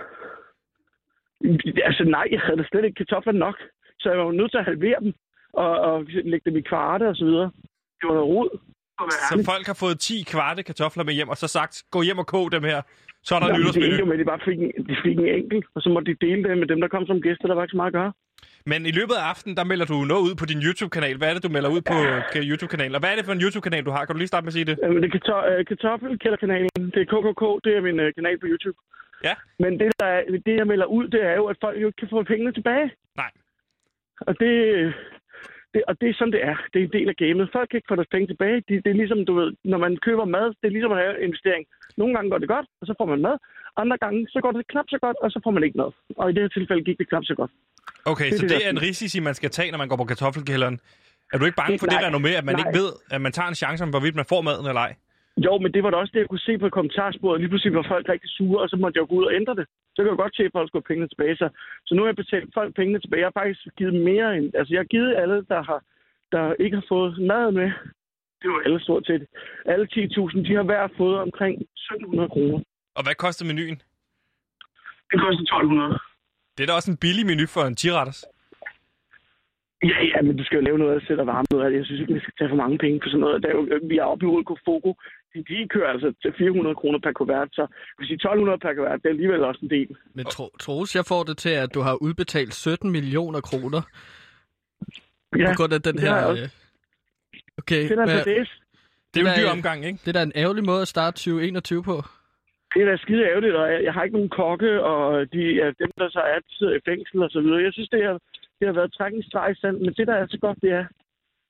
Altså nej, jeg havde da slet ikke kartofler nok. Så jeg var jo nødt til at halvere dem og, og lægge dem i kvarte og så videre. Det var noget rod. at være
Så
ærlig.
folk har fået 10 kvarte kartofler med hjem, og så sagt, gå hjem og kog dem her. Så er der
Nå,
en
men det
nytårsmenu.
endte jo med, at de bare fik en, de fik en enkelt, og så måtte de dele det med dem, der kom som gæster. Der var ikke så meget at gøre.
Men i løbet af aftenen, der melder du noget ud på din YouTube-kanal. Hvad er det, du melder ud på øh, YouTube-kanalen? Og hvad er det for en YouTube-kanal, du har? Kan du lige starte med at sige det?
Øh, men Det er karto- øh, kartoffelkælderkanalen. Det er KKK, det er min øh, kanal på YouTube.
Ja.
Men det, der er, det, jeg melder ud, det er jo, at folk jo ikke kan få pengene tilbage.
Nej.
Og det, det, og det er sådan, det er. Det er en del af gamet. Folk kan ikke få deres penge tilbage. De, det er ligesom, du ved, når man køber mad, det er ligesom at have en investering. Nogle gange går det godt, og så får man mad. Andre gange, så går det knap så godt, og så får man ikke mad. Og i det her tilfælde gik det knap så godt.
Okay,
Det er
så
det,
det
der
er en
er
risici, man skal tage, når man går på kartoffelkælderen. Er du ikke bange
Det-
for det
nej,
renommé, at man
nej.
ikke ved, at man tager en chance om, hvorvidt man får maden eller ej?
Jo, men det var da også det, jeg kunne se på kommentarsporet. Lige pludselig var folk rigtig sure, og så måtte jeg jo gå ud og ændre det. Så kan jeg jo godt se, at folk skulle have pengene tilbage. Så, så nu har jeg betalt folk pengene tilbage. Jeg har faktisk givet mere end... Altså, jeg har givet alle, der, har, der ikke har fået mad med. Det var alle stort set. Alle 10.000, de har hver fået omkring 1.700 kroner.
Og hvad koster menuen?
Det koster 1.200.
Det er da også en billig menu for en tiretters.
Ja, ja, men du skal jo lave noget af det selv og varme noget af det. Jeg synes ikke, man skal tage for mange penge på sådan noget. Der er jo, vi er oppe i Rødko Fogo. De, de kører altså til 400 kroner per kuvert, så jeg vil sige 1.200 per kuvert, det er alligevel også en del.
Men tro, Troels, jeg får det til, at du har udbetalt 17 millioner kroner ja, på grund af den
det har jeg
her...
også.
øh, Okay,
Det er da
hvad,
for det.
Det er jo
Det
en dyr
er-
omgang, ikke?
det er da en ærgerlig måde at starte 2021 på.
Det er da skide ærgerligt, og jeg, jeg har ikke nogen kokke, og de, ja, dem, der så er, de sidder i fængsel og så videre. Jeg synes, det har, det har været at trække en streg i sand, men det, der er så godt, det er...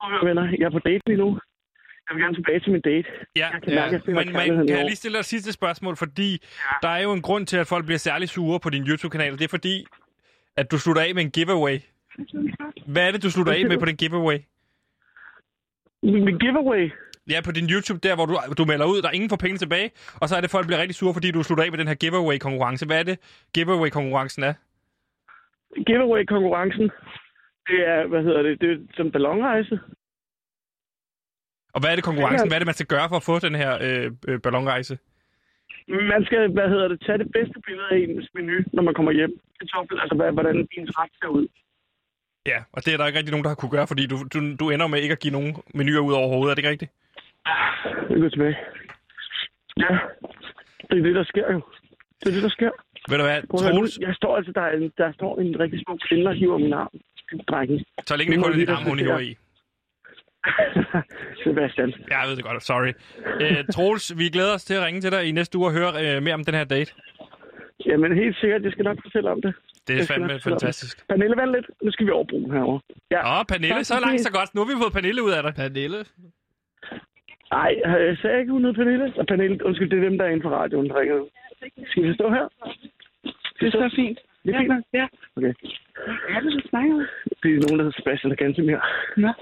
Prøv at høre, venner, jeg er på date lige nu. Jeg vil gerne tilbage til min date.
Ja,
Jeg kan mærke, at jeg finder
men man,
kærligheden
kan
i
jeg
år.
lige stille dig et sidste spørgsmål, fordi der er jo en grund til, at folk bliver særlig sure på din YouTube-kanal. Det er fordi, at du slutter af med en giveaway. Hvad er det, du slutter af med på den giveaway?
Min, min giveaway,
Ja, på din YouTube, der hvor du, du melder ud, der er ingen får penge tilbage, og så er det, folk bliver rigtig sure, fordi du slutter af med den her giveaway-konkurrence. Hvad er det, giveaway-konkurrencen er?
giveaway-konkurrencen, det er, hvad hedder det, det er som ballonrejse.
Og hvad er det, konkurrencen? Hvad er det, man skal gøre for at få den her øh, øh, ballonrejse?
Man skal, hvad hedder det, tage det bedste billede af ens menu, når man kommer hjem. Kartoffel, altså hvad, hvordan ens ret ser ud.
Ja, og det er der ikke rigtig nogen, der har kunne gøre, fordi du, du, du ender med ikke at give nogen menuer ud overhovedet. Er det ikke rigtigt?
Jeg går tilbage. Ja, det er det, der sker jo. Det er det, der sker.
Ved du hvad,
Prøv at høre nu.
Troels,
Jeg står altså, der, er en, der står en rigtig smuk kvinde og hiver min arm. Drengen.
så længe det
nu
kun
må
er
vi
din
lige
arm, hun hiver i.
respektere. Sebastian.
Ja, Jeg ved det godt, sorry. Æ, Troels, vi glæder os til at ringe til dig i næste uge og høre øh, mere om den her date.
Jamen helt sikkert, jeg skal nok fortælle om det.
Det er
Jeg skal
fandme
nok fortælle om det.
fantastisk.
Pernille, vand lidt. Nu skal vi overbruge den herovre. Ja.
Åh, Pernille, så langt så godt. Nu har vi fået Pernille ud af dig.
Pernille?
Ej, øh, sagde jeg ikke, hun hed Pernille? Og Pernille, undskyld, det er dem, der er inde for radioen, der ringer. nu. Skal vi stå her? Det er så fint. Det er fint, nok?
Ja.
Okay.
Hvad er det, du snakker om?
Det er nogen, der hedder Sebastian og Gantemir.
Nå.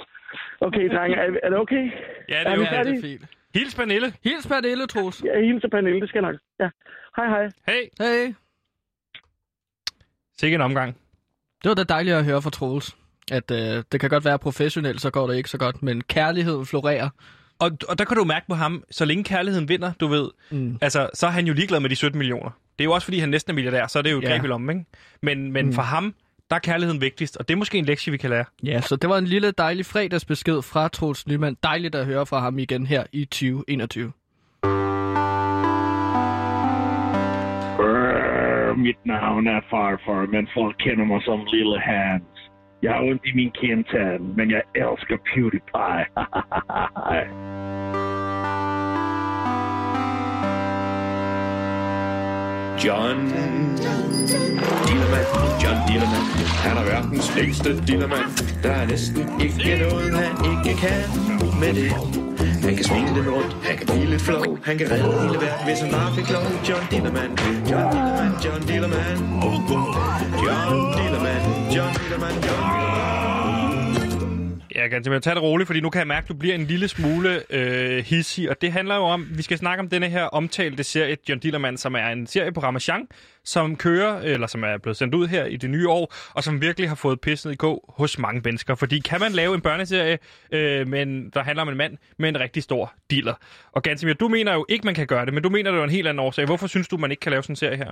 Okay, drenge, er, er det okay?
Ja, det
Er
er
vi
jo.
færdige?
Ja, det er fint.
Hils Pernille.
Hils Pernille, Troels.
Jeg hilser Pernille, det skal jeg nok. Ja. Hej, hej.
Hey.
Hej.
Sikke en omgang.
Det var da dejligt at høre fra Troels. At øh, det kan godt være professionelt, så går det ikke så godt, men kærligheden florerer.
Og, og der kan du mærke på ham, så længe kærligheden vinder, du ved, mm. altså, så er han jo ligeglad med de 17 millioner. Det er jo også, fordi han næsten er milliardær, så er det jo et
Ja.
greb i lommen, ikke? Men, men mm. for ham, der er kærligheden vigtigst, og det er måske en lektie, vi kan lære.
Ja, så det var en lille dejlig fredagsbesked fra Troels Nyman. Dejligt at høre fra ham igen her i 2021.
Øh, mit navn er Farfar, men folk kender mig som Lille Hans. Jeg har ondt i min kindtand, men jeg elsker PewDiePie.
John Dillermand, John Dillermand, han er verdens længste dillermand. Der er næsten ikke noget, han ikke kan med det. Han kan svinge den rundt, han kan blive lidt flov, han kan redde hele verden, hvis han bare fik lov. John Dillermand, John Dillermand, John Dillermand, John Dillermand, John Dillermand, John Dillermand.
Ja, Ja, Gantemir, tag det roligt, fordi nu kan jeg mærke, at du bliver en lille smule øh, hissig, og det handler jo om, vi skal snakke om denne her omtalte serie, John Dillermand, som er en serie på Ramachan, som kører, eller som er blevet sendt ud her i det nye år, og som virkelig har fået pisset i gå hos mange mennesker. Fordi kan man lave en børneserie, øh, men der handler om en mand med en rigtig stor dealer? Og Gantemir, du mener jo ikke, man kan gøre det, men du mener, det er en helt anden årsag. Hvorfor synes du, man ikke kan lave sådan en serie her?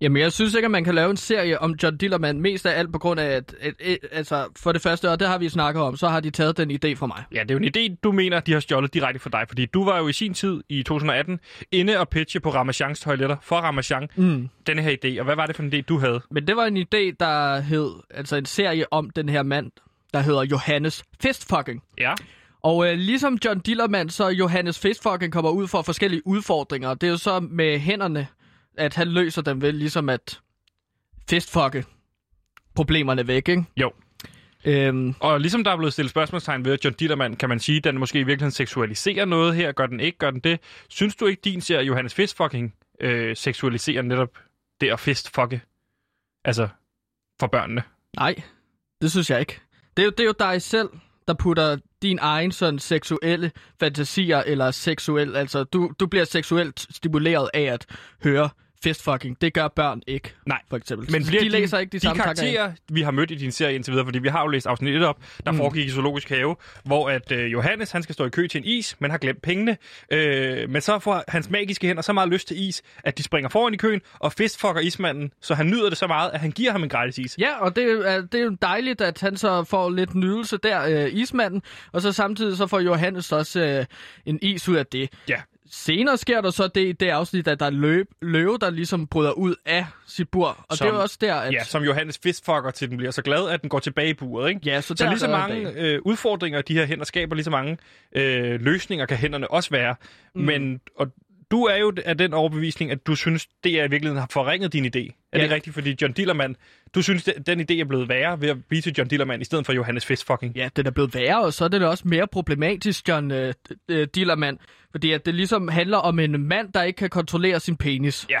Jamen, jeg synes ikke, at man kan lave en serie om John Dillermand, mest af alt på grund af, at, at, at altså, for det første, og det har vi snakket om, så har de taget den idé fra mig.
Ja, det er jo en idé, du mener, de har stjålet direkte fra dig, fordi du var jo i sin tid i 2018 inde og pitche på Ramachans toiletter for Ramachan
Mm.
den her idé. Og hvad var det for en idé, du havde?
Men det var en idé, der hed, altså en serie om den her mand, der hedder Johannes Fistfucking.
Ja.
Og øh, ligesom John Dillermand, så Johannes Fistfucking kommer ud for forskellige udfordringer. Det er jo så med hænderne, at han løser dem ved ligesom at fistfucke problemerne væk, ikke?
Jo.
Øhm,
Og ligesom der er blevet stillet spørgsmålstegn ved, at John Ditterman, kan man sige, den måske i virkeligheden seksualiserer noget her, gør den ikke, gør den det. Synes du ikke, din serie Johannes Fist fucking øh, seksualiserer netop det at fist fucke? Altså, for børnene.
nej, det synes jeg ikke. Det er, jo, det er jo dig selv, der putter din egen sådan seksuelle fantasier, eller seksuel, altså du, du bliver seksuelt stimuleret af at høre fistfucking. Det gør børn ikke,
Nej.
for eksempel.
Men
Så
bliver
de læser ikke de,
de
samme tanker.
karakterer, vi har mødt i din serie indtil videre, fordi vi har jo læst afsnit 1 op, der mm. foregik i Zoologisk Have, hvor at øh, Johannes, han skal stå i kø til en is, men har glemt pengene. Øh, men så får hans magiske hænder så meget lyst til is, at de springer foran i køen og fistfucker ismanden, så han nyder det så meget, at han giver ham en gratis is.
Ja, og det, er- det er jo dejligt, at han så får lidt nydelse der, øh, ismanden, og så samtidig så får Johannes også øh, en is ud af det.
Ja.
Senere sker der så det i det afsnit, at der er løb, løve, der ligesom bryder ud af sit bur,
Som-
og Som, det er jo også der, at...
Ja, som Johannes fistfucker til den bliver så glad, at den går tilbage i buret. Ikke?
Ja, så
så
der
lige så
er der en
mange øh, udfordringer, de her hænder skaber, lige så mange øh, løsninger kan hænderne også være. Mm. Men og du er jo af den overbevisning, at du synes, det er i virkeligheden har forringet din idé. Er
Ja.
det rigtigt? Fordi John Dillermand, du synes, det, den idé er blevet værre ved at blive til John Dillermand, i stedet for Johannes Fistfucking.
Ja, den er blevet værre, og så er det da også mere problematisk, John øh, øh, Dillermand, fordi at det ligesom handler om en mand, der ikke kan kontrollere sin penis.
Ja.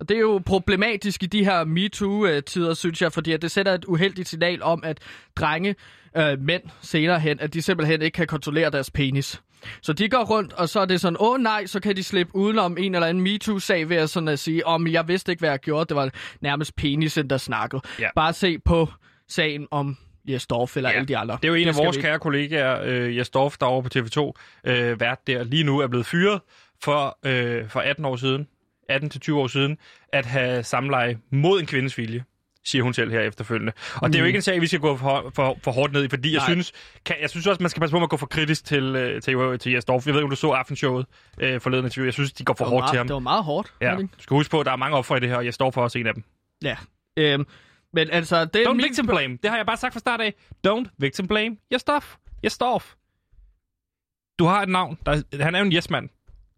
Og det er jo problematisk i de her MeToo-tider, synes jeg, fordi at det sætter et uheldigt signal om, at drenge, øh, mænd senere hen, at de simpelthen ikke kan kontrollere deres penis. Så de går rundt, og så er det sådan, åh nej, så kan de slippe udenom en eller anden MeToo-sag ved at, sådan at sige, om jeg vidste ikke, hvad jeg gjorde, det var nærmest penisen, der snakkede.
Ja.
Bare se på sagen om Jesdorf eller
Ja,
alle de andre.
Det er jo en af
skal
vores
vi-
kære kollegaer, øh, Jes Dorf, der er over på TV2, øh, vært der lige nu er blevet fyret for, øh, for 18 år siden, 18-20 år siden, at have samleje mod en kvindes vilje siger hun selv her efterfølgende. Og mm. det er jo ikke en sag, vi skal gå for, for, for hårdt ned i, fordi jeg
Nej.
synes, kan, jeg synes også, man skal passe på med at gå for kritisk til, øh, til, til Jes Dorf. Jeg ved ikke, om du så aftenshowet øh, forleden interview. Jeg synes, de går for
Det var
hårdt til
meget-
ham.
Det var meget hårdt.
Ja.
var det
Du
ikke?
skal huske på, at der er mange ofre i det her, og Jes Dorf er også en af dem.
ja. Øhm, men altså, det er
Don't
min-
victim blame. Det har jeg bare sagt fra start af. Don't victim blame. Jeg stof. Jeg stof. Du har et navn. Der, han er jo en yes-mand.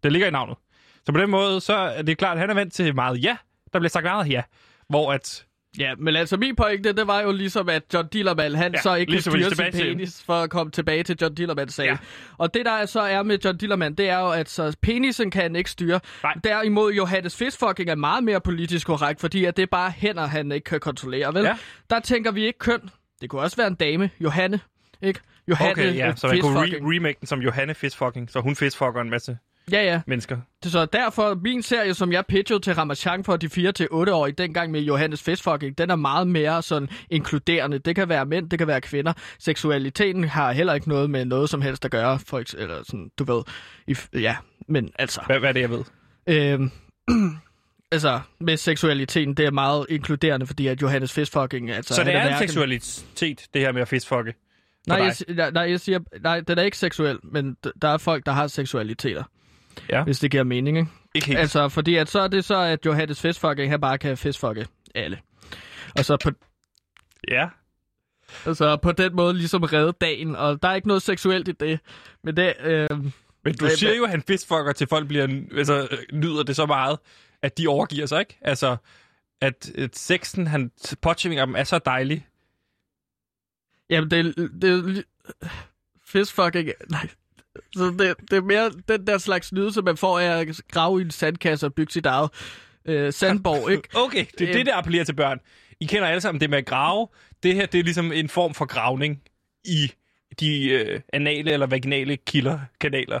Det ligger i navnet. Så på den måde, så er det klart, at han er vant til meget ja. Der bliver sagt meget ja. Hvor at...
Ja, men altså min pointe, det var jo ligesom, at John Dillermand, han
Ja,
ja, så ikke
ligesom
ligesom
vi
kan
er
styre sin
tilbage til.
penis for at komme tilbage til John Dillermands sag.
Ja.
Ja. Og det, der så er med John Dillermand, det er jo, at så penisen kan han ikke styre.
Nej.
Derimod, Johannes Fistfucking er meget mere politisk korrekt, fordi at det er bare hænder, han ikke kan kontrollere, vel?
Ja.
Ja. Der tænker vi ikke køn. Det kunne også være en dame, Johanne, ikke? Johanne
Okay, ja.
øh,
Så man kunne
Fistfucking.
re- remake den som Johanne Fistfucking. Så hun fistfucker en masse
Ja, ja.
mennesker.
Så derfor, min serie, som jeg pitchede til Ramachan for de 4-8-årige, dengang med Johannes Festfucking, den er meget mere sådan inkluderende. Det kan være mænd, det kan være kvinder. Seksualiteten har heller ikke noget med noget som helst at gøre, for eksempel, eller sådan, du ved, i, f- ja, men altså,
Hvad, hvad er det, jeg ved?
øhm, altså, med seksualiteten, det er meget inkluderende, fordi at Johannes Festfucking, altså...
Så, så det
han
er en
hverken-
seksualitet, det her med at fistfucke. for
Nej,
dig.
jeg, si- nej, nej, jeg siger, nej, den er ikke seksuel, men d- der er folk, der har seksualiteter.
Ja.
Hvis det giver mening, ikke?
Ikke helt. Altså,
Altså, fordi at så er det så, at Johannes Fistfucking, han bare kan fistfucke alle. Og så på,
ja.
altså på den måde ligesom redde dagen, og der er ikke noget seksuelt i det. Men det, øh,
Men du
Hvad-
siger jo, at han fistfucker til folk bliver, altså, øh, nyder det så meget, at de overgiver sig, ikke? Altså, at, at sexen, han påtvinger dem, er så dejlig.
jamen det, er- det er li- fistfucking, nej. Så det, det er mere den der slags nydelse, man får af at grave i en sandkasse og bygge sit eget øh, sandborg, ikke?
Okay, det er
Øhm.
det, der appellerer til børn. I kender alle sammen det med at grave. Det her, det er ligesom en form for gravning. i de øh, anale eller vaginale kilder, kanaler.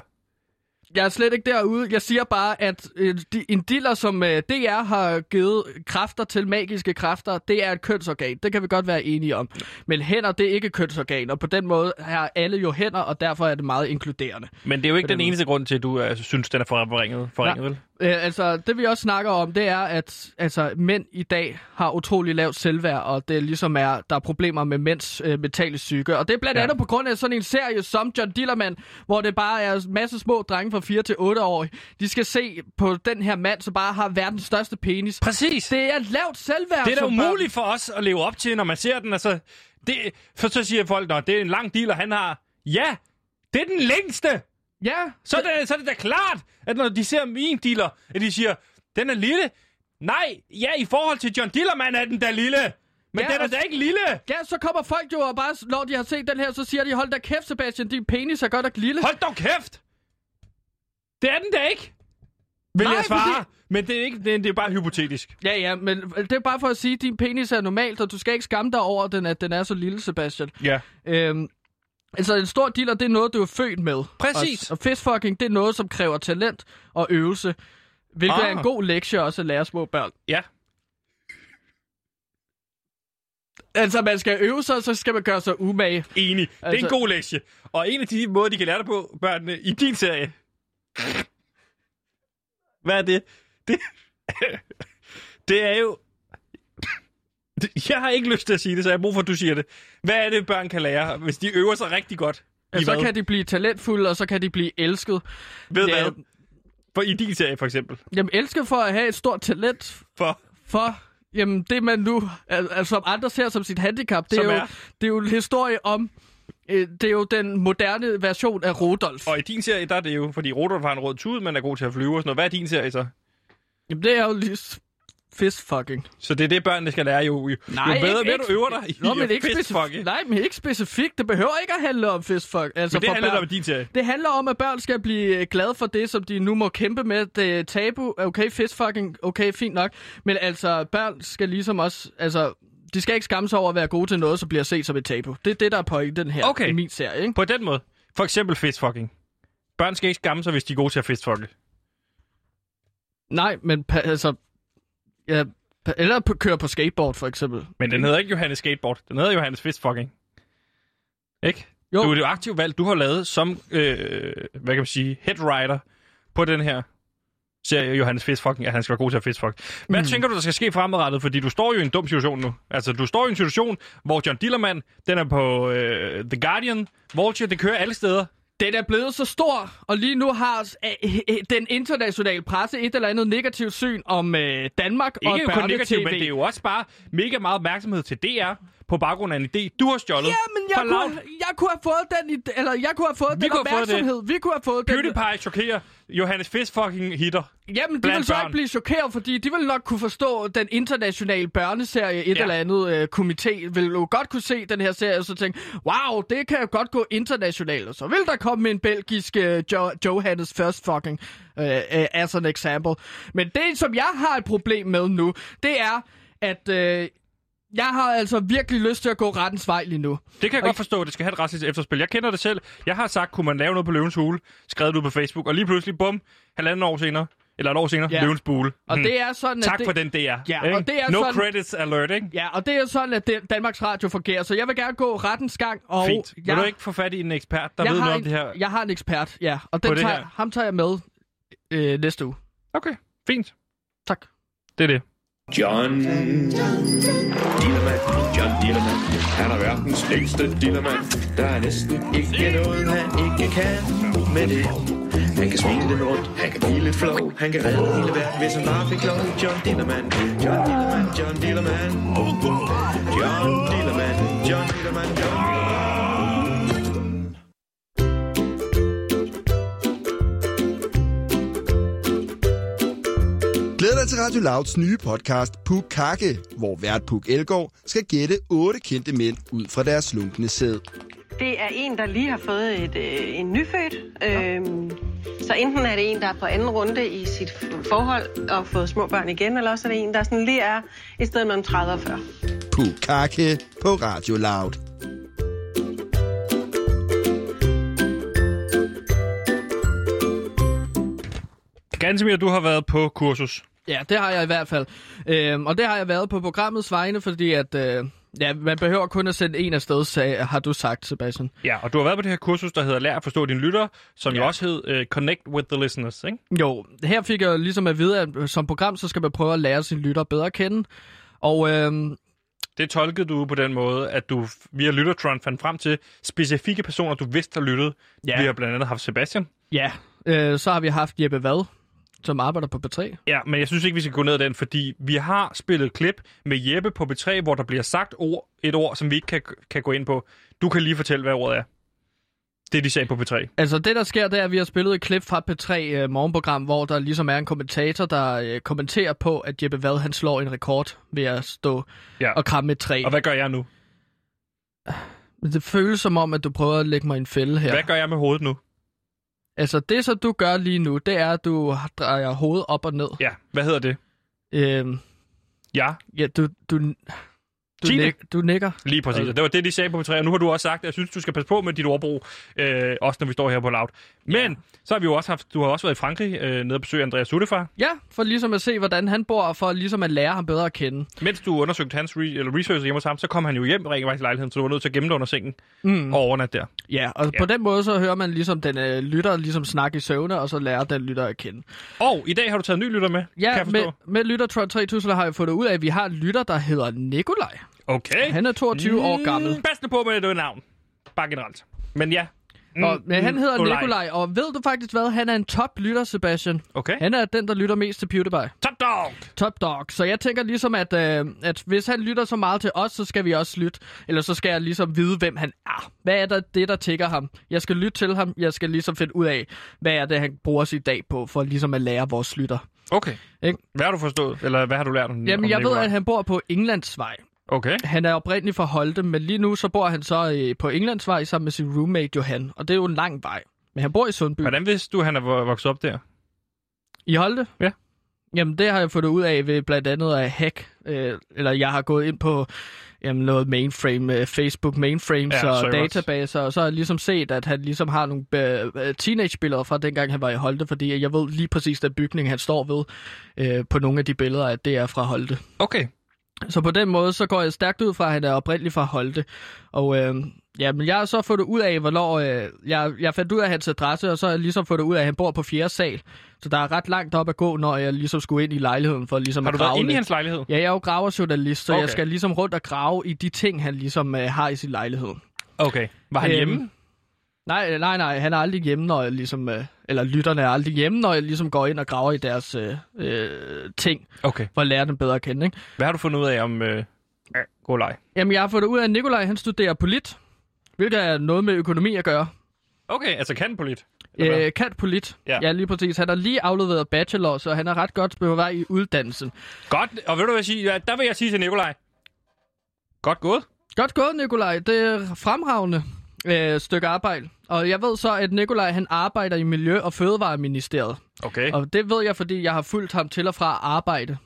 Jeg er slet ikke derude. Jeg siger bare, at øh, de, en diller, som øh, DR har givet kræfter til, magiske kræfter, det er et kønsorgan. Det kan vi godt være enige om. Men hænder, det er ikke et kønsorgan, og på den måde har alle jo hænder, og derfor er det meget inkluderende.
Men det er jo ikke
den
den eneste grund til, at du øh, synes, den er forringet, forringet vel?
Øh, altså, det vi også snakker om, det er, at altså, mænd i dag har utrolig lavt selvværd, og det ligesom er, der er problemer med mænds øh, mentale psyke. Og det er blandt
Ja.
ja. andet på grund af sådan en serie som John Dillermand, hvor det bare er en masse små drenge fra 4 til 8 år. De skal se på den her mand, som bare har verdens største penis.
Præcis. Det,
Det er et lavt selvværd.
det er da
som børn-
umuligt for os at leve op til, når man ser den. Altså, det, for så siger folk, at det er en lang deal, og han har... Ja, det er den længste!
Ja,
Så er, det, så er det da klart, at når de ser min dealer, at de siger, den er lille. Nej, ja, i forhold til John Dillermand er den da lille. Men
Ja,
ja, den er
og-
da ikke lille.
ja, så kommer folk jo og bare, når de har set den her, så siger de, hold da kæft, Sebastian, din penis er godt nok lille.
Hold dog kæft. Det er den da ikke. Vil
Nej,
jeg svare.
fordi-
Men det er, ikke, det, er, det er bare hypotetisk.
Ja, ja, men det er bare for at sige, at din penis er normalt, og du skal ikke skamme dig over, at den, at den er så lille, Sebastian.
Ja.
Øhm, altså, en stor dealer, det er noget, du er født med.
Præcis.
Og, og fistfucking, det er noget, som kræver talent og øvelse. Hvilket
Ah.
ah. er en god lektie også at lære små børn.
Ja.
Altså, man skal øve sig, og så skal man gøre sig umage.
Enig. Altså... Det er
Altså-
en god lektie. Og en af de måder, de kan lære det på, børnene, i din serie. Hvad er det? Det, det er jo... Jeg har ikke lyst til at sige det, så jeg har brug for, at du siger det. Hvad er det, børn kan lære, hvis de øver sig rigtig godt? I
Og Altså, så
hvad?
kan de blive talentfulde, og så kan de blive elsket.
Ved
Ja,
hvad? For, I din serie, for eksempel.
Jamen, elsket for at have et stort talent
For...
for... Jamen, det man nu, al- altså som andre ser som sit handicap, det
Som
er, jo,
er?
det er jo en historie om, øh, det er jo den moderne version af Rodolf.
Og i din serie, der er det jo, fordi Rodolf har en rød tud, men er god til at flyve og sådan noget. Hvad er din serie så?
Jamen, det er jo lige s- fist fucking.
Så det er det, børnene skal lære jo. Jo, jo bedre, mere du øver dig i
Nå,
at
men ikke
fistfucke.
specifikt. Nej, men ikke specifikt. Det behøver ikke at handle om fistfuck. Altså
Men det
for
handler da
børn.
om din serie.
Det handler om, at børn skal blive øh, glade for det, som de nu må kæmpe med. Det er tabu. Okay, fistfucking. Okay, fint nok. Men altså, børn skal ligesom også... Altså, de skal ikke skamme sig over at være gode til noget, som bliver set som et tabu. Det er det, der er pointen her
Okay.
i min serie. Ikke?
På den måde. For eksempel fistfucking. Børn skal ikke skamme sig, hvis de er gode til at fistfucke.
Nej, men pa- altså... Ja, pa- eller på, køre på skateboard, for eksempel.
Men den hedder ikke Johannes Skateboard. Den hedder Johannes Fistfucking. Ikke?
Jo.
Jo. Du er jo aktivt valg, du har lavet som, øh, hvad kan man sige, headwriter på den her serie Johannes Fistfucking, at han skal være god til at fistfuck. Hvad mm. tænker du, der skal ske fremadrettet? Fordi du står jo i en dum situation nu. Altså, du står i en situation, hvor John Dillermand, den er på øh, The Guardian, Vulture, det kører alle steder.
Den er blevet så stor, og lige nu har s- øh, øh, den internationale presse et eller andet negativt syn om øh, Danmark og
Ikke kun
børnetv.
negativt, men det er jo også bare mega meget opmærksomhed til DR på baggrund af en idé, du har stjålet.
Ja, men jeg
fra Loud
kunne, jeg kunne have fået den, ide- eller jeg kunne have fået
Vi
den
kunne have fået det.
opmærksomhed. Vi kunne have fået
PewDiePie chokerer Johannes Fisk fucking hitter.
den. Jamen, de
blandt
ville så
børn.
ikke blive chokeret, fordi de ville nok kunne forstå den internationale børneserie. Et
Ja.
ja. eller andet øh, komité ville jo godt kunne se den her serie, og så tænke, wow, det kan jo godt gå internationalt. Og så vil der komme en belgisk øh, jo- Johannes First fucking, øh, øh, as an example. Men det, som jeg har et problem med nu, det er, at... Øh, jeg har altså virkelig lyst til at gå rettens vej lige nu.
Det kan jeg
Og-
godt forstå, at det skal have et retsligt efterspil. Jeg kender det selv. Jeg har sagt, kunne man lave noget på Løvens Hule, skrevet du på Facebook, og lige pludselig, bum, halvanden år senere, eller et år senere,
Ja.
ja. Løvens Hule.
Og
Hmm.
det er sådan,
Tak
at det,
for den DR. Ja,
Ja, og det er
no
sådan-
credits alert, ikke?
Ja, og det er sådan, at Dan- Danmarks Radio fungerer, så jeg vil gerne gå rettens gang. Og
Fint. Vil
Jeg,
du ikke få fat i en ekspert, der
jeg
ved
har
noget om
en,
det her?
Jeg har en ekspert, ja, og den
På det
tager,
her?
ham tager jeg med øh, næste uge.
Okay, fint.
Tak.
Det er det.
John Dillermand, John Dillermand. Han er verdens længste dillermand. Der er næsten ikke noget, han ikke kan med det. Han kan smile lidt rundt, han kan blive lidt flov, han kan redde hele verden, hvis han bare fik lov. John Dillermand, John Dillermand, John Dillermand. John Dillermand, John Dillermand, John
Glæd dig til Radio Louds nye podcast Puk Kakke, hvor vært Puk Elgård skal gætte otte kendte mænd ud fra deres slunkne sæd.
Det er en, der lige har fået et, øh, en nyfødt. Øhm, så enten er det en, der er på anden runde i sit f- forhold og fået små børn igen, eller også er det en, der sådan lige er et sted mellem 30 og 40.
Puk Kakke på Radio Loud.
Antimir, du har været på kursus.
Ja, det har jeg i hvert fald. Øhm, og det har jeg været på programmets vegne, fordi at... Øh, ja, man behøver kun at sende en afsted, sag, har du sagt, Sebastian.
Ja, og du har været på det her kursus, der hedder Lær at forstå dine lyttere, som ja. jo også hed uh, Connect with the Listeners, ikke?
Jo, her fik jeg jo ligesom at vide, at øh, som program, så skal man prøve at lære sine lytter bedre at kende. Og øhm,
Det tolkede du på den måde, at du f- via Lyttertron fandt frem til specifikke personer, du vidste, der lyttede.
Ja.
Vi har blandt andet haft Sebastian.
ja, øh, så har vi haft Jeppe Vad, som arbejder på B3.
Ja, men jeg synes ikke, vi skal gå ned ad den, fordi vi har spillet klip med Jeppe på B3, hvor der bliver sagt ord, et ord, som vi ikke kan, kan gå ind på. Du kan lige fortælle, hvad ordet er. Det, de sagde på B3.
Altså det, der sker, det er, at vi har spillet et klip fra P3 øh, morgenprogram, hvor der ligesom er en kommentator, der øh, kommenterer på, at Jeppe Vad, han slår en rekord ved at stå
Ja.
og kramme et træ.
Og hvad gør jeg nu?
Det føles som om, at du prøver at lægge mig i en fælde her.
Hvad gør jeg med hovedet nu?
Altså det, som du gør lige nu, det er, at du drejer hovedet op og ned.
Ja, hvad hedder det?
Øhm,
Ja,
ja, du, du, du,
Sig det.
nik, du nikker.
lige præcis. Og det var det, de sagde på B3, og nu har du også sagt, at jeg synes, du skal passe på med dit ordbrug, øh, også når vi står her på Loud. Men så har vi jo også haft, du har også været i Frankrig, øh, nede og besøge Andreas Suttefar,
Ja, for ligesom at se, hvordan han bor, og for ligesom at lære ham bedre at kende.
Mens du undersøgte hans re- eller research hjemme hos ham, så kom han jo hjem rent faktisk i lejligheden, så du var nødt til at gemme dig under sengen mm. og overnatte der.
Ja, og
Ja.
på den måde, så hører man ligesom den øh, lytter ligesom snakke i søvne, og så lærer den lytter at kende.
Og i dag har du taget en ny lytter med, kan
Ja,
jeg forstå.
med, med Lyttertron 3000 har jeg fundet ud af, at vi har en lytter, der hedder Nikolaj.
Okay.
Han er 22
Mm,
år gammel.
Pas nu på med det navn. Bare generelt. Men ja. Mm,
Og, men han hedder
mm, Olaj.
Nikolaj, og ved du faktisk hvad? Han er en top-lytter, Sebastian.
Okay.
Han er den, der lytter mest til PewDiePie.
Top dog.
Top dog. Så jeg tænker ligesom, at, øh, at hvis han lytter så meget til os, så skal vi også lytte. Eller så skal jeg ligesom vide, hvem han er. Hvad er der, det, der tækker ham? Jeg skal lytte til ham. Jeg skal ligesom finde ud af, hvad er det, han bruger sit dag på, for ligesom at lære vores lytter.
Okay.
Ikke?
Hvad har du forstået? Eller hvad har du lært om
Jamen,
om
jeg ved,
Nikolaj?
at han bor på Englandsvej.
Okay.
Han er oprindeligt fra Holte, men lige nu så bor han så øh, på Englandsvej sammen med sin roommate Johan. Og det er jo en lang vej. Men han bor i Sundby.
Hvordan vidste du, at han er vo- vokset op der?
I Holte?
Ja.
Jamen, det har jeg fundet ud af ved blandt andet at hack, øh, eller jeg har gået ind på jamen, noget mainframe, øh, Facebook mainframes
Ja,
ja, og
servers.
databaser, og så har jeg ligesom set, at han ligesom har nogle øh, øh, teenagebilleder fra dengang, han var i Holte, fordi jeg ved lige præcis, den bygning, han står ved øh, på nogle af de billeder, at det er fra Holte.
Okay.
Så på den måde, så går jeg stærkt ud fra, at han er oprindeligt fra Holte. Og øh, ja, men jeg har så fundet ud af, hvornår... Øh, jeg, jeg fandt ud af hans adresse, og så har jeg ligesom fundet ud af, at han bor på fjerde sal. Så der er ret langt op at gå, når jeg ligesom skulle ind i lejligheden for ligesom
Har du
at grave
været inde i
lidt.
hans lejlighed?
Ja, jeg er jo graverjournalist, så okay.
Okay.
jeg skal ligesom rundt og grave i de ting, han ligesom øh, har i sin lejlighed.
Okay. Var han
Øhm,
hjemme?
Nej, øh, nej, nej, han er aldrig hjemme, når jeg ligesom... Øh, eller lytterne er aldrig hjemme, når jeg ligesom går ind og graver i deres øh, øh, ting,
Okay.
for at lære dem bedre at kende, ikke?
Hvad har du fundet ud af om øh, ja, god leg?
Jamen, jeg har fået det ud af, at Nikolaj han studerer polit, hvilket er noget med økonomi at gøre.
Okay, altså kan på lidt. Eller hvad?
Øh, Kat polit.
Ja.
Ja. ja, lige præcis. Han har lige afleveret bachelor, så han er ret godt på vej i uddannelsen.
Godt, og ved du hvad jeg siger? Ja, der vil jeg sige til Nikolaj. Godt gået.
Godt gået, Nikolaj. Det er fremragende øh, stykke arbejde. Og jeg ved så, at Nikolaj han arbejder i Miljø- og Fødevareministeriet.
Okay.
Og det ved jeg, fordi jeg har fulgt ham til og fra arbejde.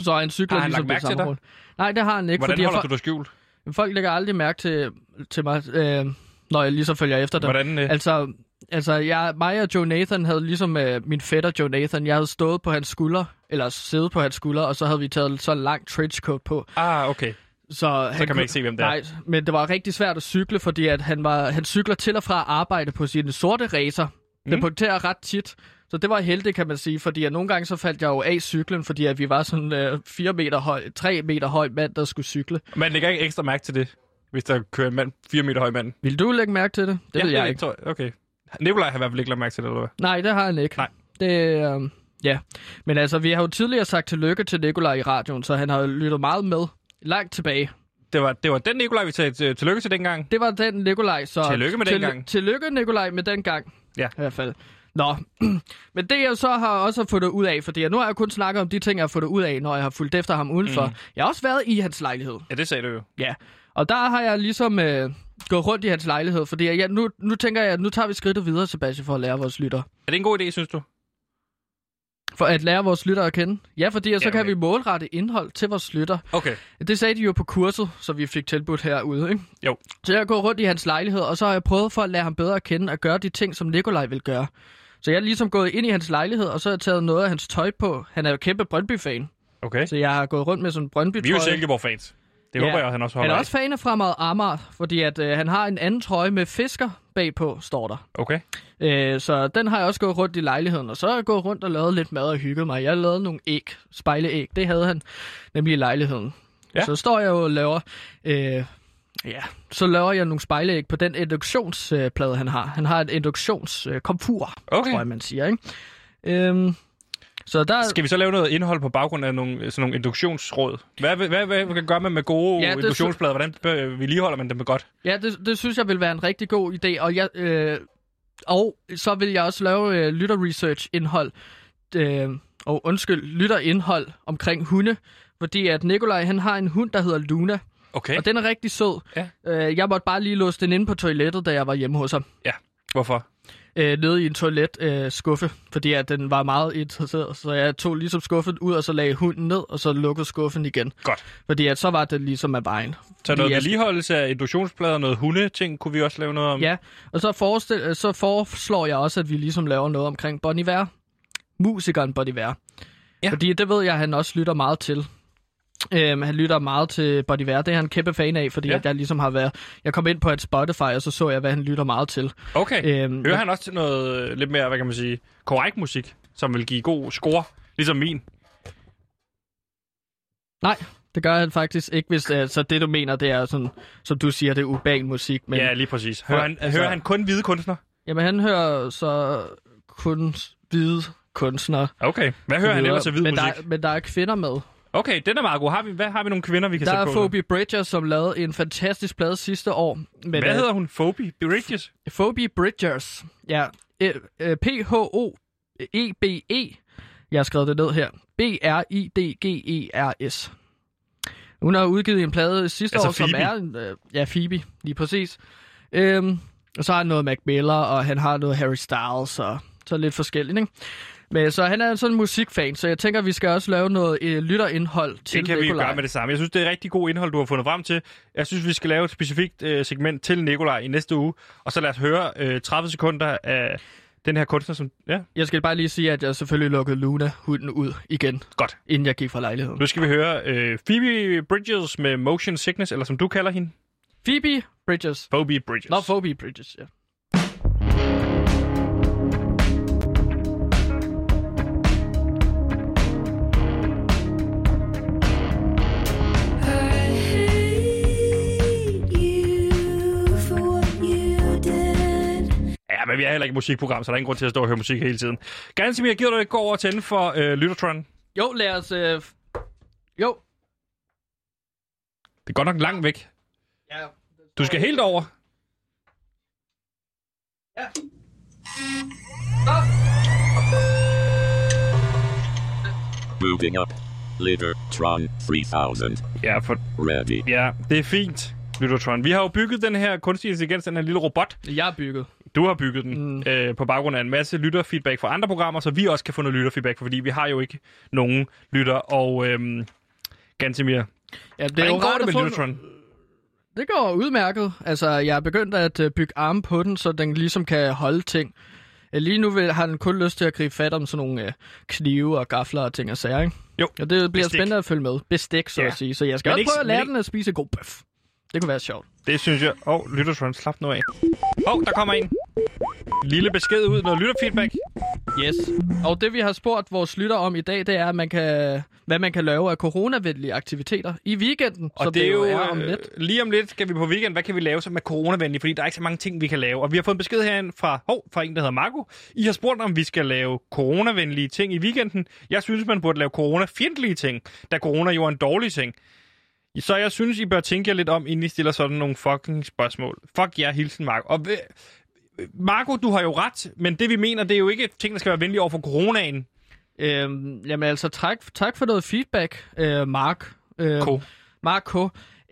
Så han cykler
Har han
ligesom
lagt mærke
det samme
til dig?
rundt. Nej, det har han ikke.
Hvordan
fordi jeg
holder
fol-
du dig skjult?
Folk lægger aldrig mærke til, til mig, øh, når jeg ligesom følger efter dem.
Hvordan, øh,
Altså, altså jeg, mig og Joe Nathan havde ligesom øh, min fætter Joe Nathan, jeg havde stået på hans skulder, eller siddet på hans skulder, og så havde vi taget så lang trenchcoat på.
ah, okay.
Så, så
kan man ikke se, hvem det er.
Nej, men det var rigtig svært at cykle, fordi at han, var, han cykler til og fra arbejde på sine sorte racer. Mm. Det punkterer ret tit. Så det var heldigt, kan man sige, fordi at nogle gange så faldt jeg jo af cyklen, fordi at vi var sådan øh, 4 meter høj, 3 meter høj mand, der skulle cykle.
Man lægger ikke ekstra mærke til det, hvis der kører en mand, 4 meter høj mand.
Vil du lægge mærke til det? Det vil jeg ikke.
tror Okay. Nikolaj har i hvert fald ikke lagt mærke til det, eller hvad?
Nej, det har han ikke.
Nej.
Det, øh, ja. Men altså, vi har jo tidligere sagt tillykke til Nikolaj i radioen, så han har jo lyttet meget med langt tilbage.
Det var, det var den Nikolaj, vi sagde til- tillykke til dengang.
Det var den Nikolaj, så...
Tillykke med den gang.
Tillykke, Nikolaj, med den gang.
Ja.
I hvert fald. Nå, men det jeg så har også fundet ud af, fordi jeg, nu har jeg kun snakket om de ting, jeg har fundet ud af, når jeg har fulgt efter ham udenfor.
Mhm.
Mm. Jeg har også været i hans lejlighed.
Ja, det sagde du jo.
Ja, og der har jeg ligesom øh, gået rundt i hans lejlighed, fordi jeg, jeg- nu, nu tænker jeg, at nu tager vi skridtet videre, Sebastian, for at lære vores lytter.
Er det en god idé, synes du?
For at lære vores lytter at kende? Ja, fordi så
Jamen,
kan vi
ikke.
målrette indhold til vores lytter.
Okay.
Det sagde de jo på kurset, så vi fik tilbudt herude, ikke?
Jo.
Så jeg går rundt i hans lejlighed, og så har jeg prøvet for at lære ham bedre at kende og gøre de ting, som Nikolaj vil gøre. Så jeg er ligesom gået ind i hans lejlighed, og så har jeg taget noget af hans tøj på. Han er jo kæmpe Brøndby-fan.
Okay.
Så jeg har gået rundt med sådan en brøndby
Vi er jo Silkeborg-fans. Det håber jeg, han også holder
Han er
af.
også fan af fremad Amager, fordi at, øh, han har en anden trøje med fisker bagpå, står der.
Okay.
Øh, så den har jeg også gået rundt i lejligheden, og så har jeg gået rundt og lavet lidt mad og hygget mig. Jeg lavede nogle æg, spejleæg, det havde han nemlig i lejligheden.
Ja.
Så står jeg jo og laver, øh, ja, så laver jeg nogle spejleæg på den induktionsplade, han har. Han har et induktionskomfur,
Okay.
okay. tror jeg, man siger, ikke? Øhm, så der...
Skal vi så lave noget indhold på baggrund af nogle, sådan nogle induktionsråd? Hvad, hvad, hvad, hvad kan gøre man med gode
Ja,
ja,
det-
induktionsplader? Hvordan øh, vedligeholder man dem godt?
Ja, det, det synes jeg vil være en rigtig god idé, og, jeg, øh, og så vil jeg også lave øh, lytter-research-indhold, øh, og undskyld, lytter-indhold omkring hunde, fordi at Nikolaj, han har en hund, der hedder Luna,
Okay.
og den er rigtig sød.
Ja.
Øh, jeg måtte bare lige låse den inde på toilettet, da jeg var hjemme hos ham,
Ja. Hvorfor?
øh, nede i en toiletskuffe, øh, skuffe, fordi at den var meget interesseret, så jeg tog ligesom skuffen ud, og så lagde hunden ned, og så lukkede skuffen igen,
Godt.
fordi at så var den ligesom af vejen.
Så
Fordi
noget
jeg-
vedligeholdelse af induktionsplader, noget hundeting, kunne vi også lave noget om?
Ja, og så, forestil, øh, så foreslår jeg også, at vi ligesom laver noget omkring Bon Iver. Musikeren Bon Iver.
Ja.
Ja. Fordi det ved jeg, at han også lytter meget til. Øhm, han lytter meget til Bon Iver. Det er han en kæmpe fan af, fordi
Ja.
ja. at jeg ligesom har været... Jeg kom ind på et Spotify, og så så jeg, hvad han lytter meget til.
Okay.
Øhm,
Hører
jeg-
han også til noget øh, lidt mere, hvad kan man sige, korrekt musik, som vil give god score, ligesom min?
Nej, det gør han faktisk ikke, hvis altså, det, du mener, det er sådan, som du siger, det er urban musik. Men,
Men... Ja, lige præcis. Hører,
For-
han,
altså-
hører han kun hvide kunstnere?
Jamen, han hører så kun hvide kunstnere.
Okay. Hvad hører han ellers af hvid
men
musik?
Der, men der er kvinder med.
Okay, den er meget god. Har vi, hvad har vi nogle kvinder, vi kan
Der
sætte
er
på?
Phoebe Bridgers, som lavede en fantastisk plade sidste år. Men øh,
Hvad hedder hun? Phoebe Bridges?
Phoebe Bridgers. Ja. Øh, øh, P-H-O-E-B-E. E Jeg har skrevet det ned her. B-R-I-D-G-E-R-S. E Hun har udgivet en plade sidste
Altså
år, som
Phoebe?
er... en, Øh, ja, Phoebe, lige præcis. Øhm, og så har han noget Mac Miller, og han har noget Harry Styles, og så lidt forskelligt, ikke? Men så han er sådan en musikfan, så jeg tænker, vi skal også lave noget øh, lytterindhold til
Det kan vi
Nikolaj.
gøre med det samme. Jeg synes, det er rigtig god indhold, du har fundet frem til. Jeg synes, vi skal lave et specifikt øh, segment til Nikolaj i næste uge. Og så lad os høre øh, 30 sekunder af den her kunstner, som... Ja,
Jeg skal bare lige sige, at jeg selvfølgelig lukkede Luna, hunden, ud igen,
godt.
inden jeg gik fra lejligheden.
Nu skal vi høre øh, Phoebe Bridges med Motion Sickness, eller som du kalder hende,
Phoebe Bridges.
Phoebe Bridges.
Nå, Phoebe Bridges, ja.
Ja, men vi er heller ikke et musikprogram, så der er ingen grund til at stå og høre musik hele tiden. Gansimir, gider du ikke gå over og tænde for øh, Lyttertron?
Jo, lad os... Øh... f- Jo.
Det er godt nok langt væk.
Ja.
Du skal helt over.
Moving up. Litter Tron 3000.
Ja, for...
Ready.
ja det er fint, Lyttertron. Vi har jo bygget den her kunstig intelligens, den her lille robot.
Jeg er bygget.
Du har bygget den mm. øh, på baggrund af en masse lytterfeedback fra andre programmer, så vi også kan få noget lytterfeedback, fordi vi har jo ikke nogen lytter. Og øhm, Gansimir,
Ja, det
hvordan går
rart
det
at
med
få-
Lyttertron?
Det går udmærket. Altså, jeg er begyndt at øh, bygge arme på den, så den ligesom kan holde ting. Øh, Lige nu vil, har den kun lyst til at gribe fat om sådan nogle øh, knive og gafler og ting og sager, ikke?
Jo,
Og det bliver
bestik.
spændende at følge med. Bestik, så
Ja.
ja. at sige. Så jeg skal
Men
også
ikke-
prøve at
men
lære
ikke-
den at spise god bøf. Det kunne være sjovt.
Det synes jeg. Åh, oh, Lyttertron, slap nu af. Åh, oh, der kommer en. Lille besked ud, noget lytterfeedback.
Yes. Og det vi har spurgt vores lytter om i dag, det er, at man kan, hvad man kan lave af coronavenlige aktiviteter i weekenden,
Og
som
det er jo
er om
øh,
lidt.
lige om lidt skal vi på weekend. Hvad kan vi lave, som er coronavenligt? Fordi der er ikke så mange ting, vi kan lave. Og vi har fået en besked herinde fra, hov, fra en, der hedder Marco. I har spurgt, om vi skal lave coronavenlige ting i weekenden. Jeg synes, man burde lave coronafjendtlige ting, da corona jo er en dårlig ting. Så jeg synes, I bør tænke jer lidt om, inden I stiller sådan nogle fucking spørgsmål. Fuck jer, yeah, hilsen, Marco. Og ved- Marco, du har jo ret, men det vi mener, det er jo ikke ting, der skal være venlige over for coronaen.
Øhm, jamen altså, tak, tak for noget feedback, øh, Mark. Øh,
Ko.
Mark K.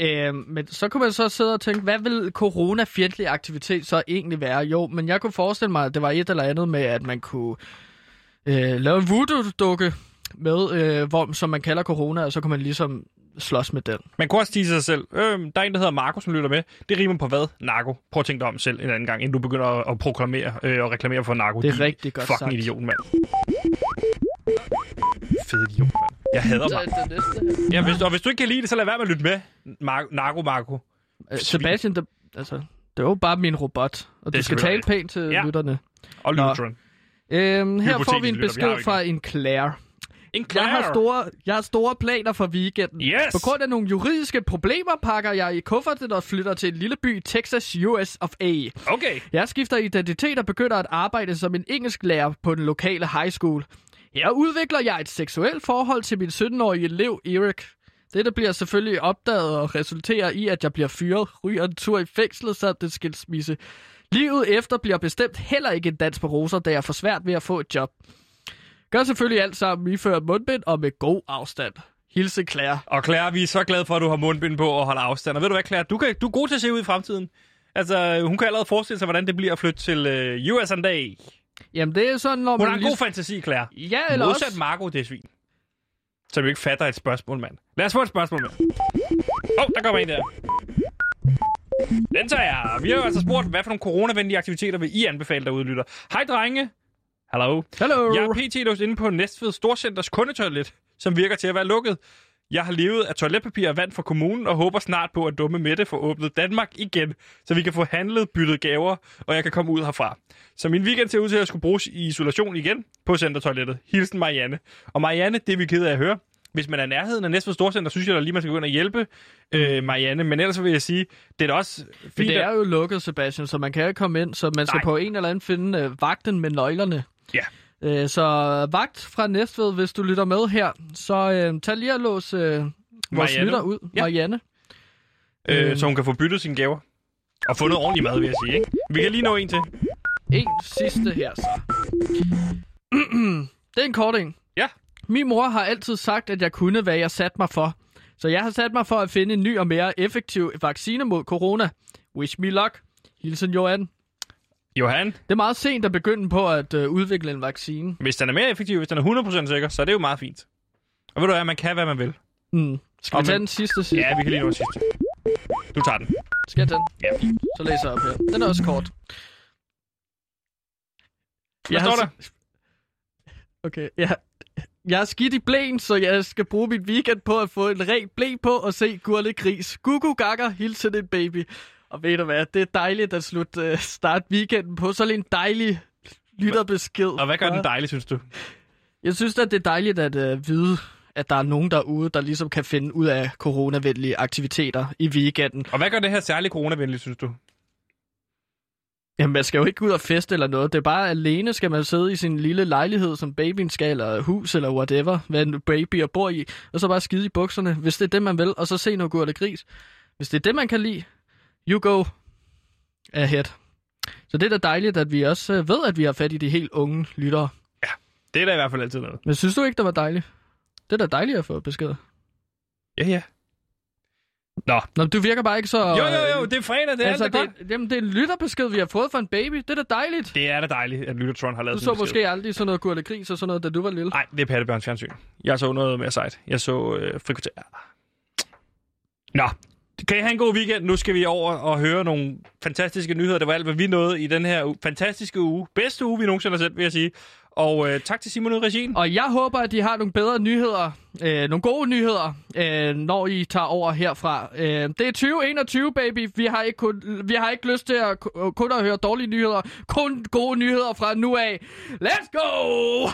Øhm, men så kunne man så sidde og tænke, hvad vil coronafjendtlig aktivitet så egentlig være? Jo, men jeg kunne forestille mig, at det var et eller andet med, at man kunne øh, lave en voodoo-dukke, med, øh, hvor, som man kalder corona, og så kan man ligesom slås med den.
Man kunne også sige sig selv, øh, der er en, der hedder Marco, som lytter med. Det rimer på hvad? Narko. Prøv at tænke dig om selv en anden gang, inden du begynder at, at proklamere øh, og reklamere for narko.
Det er
Din
rigtig godt
fucking
sagt.
idiot, mand. Fed idiot, mand. Jeg hader mig. Ja, hvis, og hvis du ikke kan lide det, så lad være med at lytte med. Mar- narko, Marco.
Øh, Sebastian, det, altså, det er jo bare min robot,
Det
og det
er
du skal tale
selvfølgelig
pænt til
Ja.
ja. lytterne.
Og
Nå.
Lutron.
Øhm, her får
Hypotetisk
vi en
lytter, vi har jo
besked fra en Claire.
En
Jeg har, store, jeg har store planer for weekenden.
Yes!
På grund af nogle juridiske problemer pakker jeg i kufferten og flytter til en lille by i Texas, US of A.
Okay.
Jeg skifter identitet og begynder at arbejde som en engelsklærer på den lokale high school. Her udvikler jeg et seksuelt forhold til min 17-årige elev Erik. Dette bliver selvfølgelig opdaget og resulterer i, at jeg bliver fyret, ryger en tur i fængslet samt en skilsmisse. Livet efter bliver bestemt heller ikke en dans på roser, da jeg får svært ved at få et job. Gør selvfølgelig alt sammen iført mundbind og med god afstand. Hilse Claire.
Og Claire, vi er så glade for, at du har mundbind på og holder afstand. Og ved du hvad, Claire, du, kan, du er god til at se ud i fremtiden. Altså, hun kan allerede forestille sig, hvordan det bliver at flytte til øh, US en dag.
Jamen det er sådan, når
Hun
man...
har en god
ligesom-
fantasi, Claire.
Ja, eller
Modsat
også...
Marco, det er svin. Som jo ikke fatter et spørgsmål, mand. Lad os få et spørgsmål, mand. Åh, oh, der kommer en der. Den tager jeg. Vi har jo altså spurgt, hvad for nogle coronavenlige aktiviteter vil I anbefale derude, lytter? Hej, drenge. Hallo.
Hello.
Jeg er pt. låst inde på Næstved Storcenters kundetoilet, som virker til at være lukket. Jeg har levet af toiletpapir og vand fra kommunen, og håber snart på, at dumme Mette får åbnet Danmark igen, så vi kan få handlet, byttet gaver, og jeg kan komme ud herfra. Så min weekend ser ud til at skulle bruges i isolation igen på centertoilettet. Hilsen Marianne. Og Marianne, det er vi ked af at høre. Hvis man er i nærheden af Næstved Storcenter, synes jeg da lige, man skal gå ind og hjælpe øh, Marianne. Men ellers vil jeg sige, det er da også
Men
fint,
det
at-
er jo lukket, Sebastian, så man kan jo ikke komme ind, så man skal
Nej.
Nej. på en eller anden finde øh, vagten med nøglerne.
Ja.
Øh, så vagt fra Næstved, hvis du lytter med her, så øh, tag lige og lås øh, vores
Marianne.
lytter ud,
Ja.
ja. Marianne.
øh, så hun kan få byttet sine gaver. Og fundet ordentlig mad, vil jeg sige. Ikke? Vi kan lige nå en til.
En sidste her så. det er en kort en.
Ja.
Min mor har altid sagt, at jeg kunne, hvad jeg satte mig for. Så jeg har sat mig for at finde en ny og mere effektiv vaccine mod corona. Wish me luck. Hilsen Johan.
Johan,
Det er meget sent at begynde på at øh, udvikle en vaccine.
hvis den er mere effektiv, hvis den er 100% sikker, så er det jo meget fint. Og ved du hvad, man kan, hvad man vil.
Mm. Skal
Og
vi tage
men-
den sidste side?
Ja, vi kan lige nå en sidste. Du tager den.
Skal jeg tage den?
Ja.
Så læser jeg op her. Den er også kort.
Hvad står der?
Okay, ja. Jeg er skidt i blæen, så jeg skal bruge mit weekend på at få en ren blæ på og se gurle gris. Gugu gakker, hilsen en baby. Og ved du hvad, det er dejligt at slutte øh, starte weekenden på sådan en dejlig lytterbesked.
Og hvad gør den
Ja.
dejlig, synes du?
Jeg synes at det er dejligt at øh, vide, at der er nogen derude, der ligesom kan finde ud af coronavenlige aktiviteter i weekenden.
Og hvad gør det her særligt coronavenligt, synes du?
Jamen, man skal jo ikke ud og feste eller noget. Det er bare alene, skal man sidde i sin lille lejlighed, som babyen skal, eller hus, eller whatever, hvad en baby er bor i, og så bare skide i bukserne, hvis det er det, man vil, og så se noget gurte gris. Hvis det er det, man kan lide, you go ahead. Så det er da dejligt, at vi også øh, ved, at vi har fat i de helt unge lyttere.
Det er da i hvert fald altid noget.
Men synes du ikke, det var dejligt? Det er da dejligt at få besked.
Ja, ja. Nå.
Nå, men du virker bare ikke så...
Jo, jo, jo, det er fredag, det er
altså,
altså, godt.
det, jamen, det er en lytterbesked, vi har fået fra en baby. Det er da dejligt.
Det er da dejligt, at Lyttertron har lavet
Du
sådan
så
en besked.
måske aldrig sådan noget gurte gris og sådan noget, da du var lille.
Nej, det er Pattebjørns fjernsyn. Jeg så noget mere sejt. Jeg så øh, frikvarter. Nå, kan I have en god weekend? Nu skal vi over og høre nogle fantastiske nyheder. Det var alt, hvad vi nåede i den her u- fantastiske uge. Bedste uge, vi nogensinde har set, vil jeg sige. Og øh, tak til Simon ud i regien.
Og jeg håber, at de har nogle bedre nyheder, øh, nogle gode nyheder, øh, når I tager over herfra. Øh, det er 2021, baby. Vi har ikke, kun, vi har ikke lyst til at, kun at høre dårlige nyheder, kun gode nyheder fra nu af. Let's go!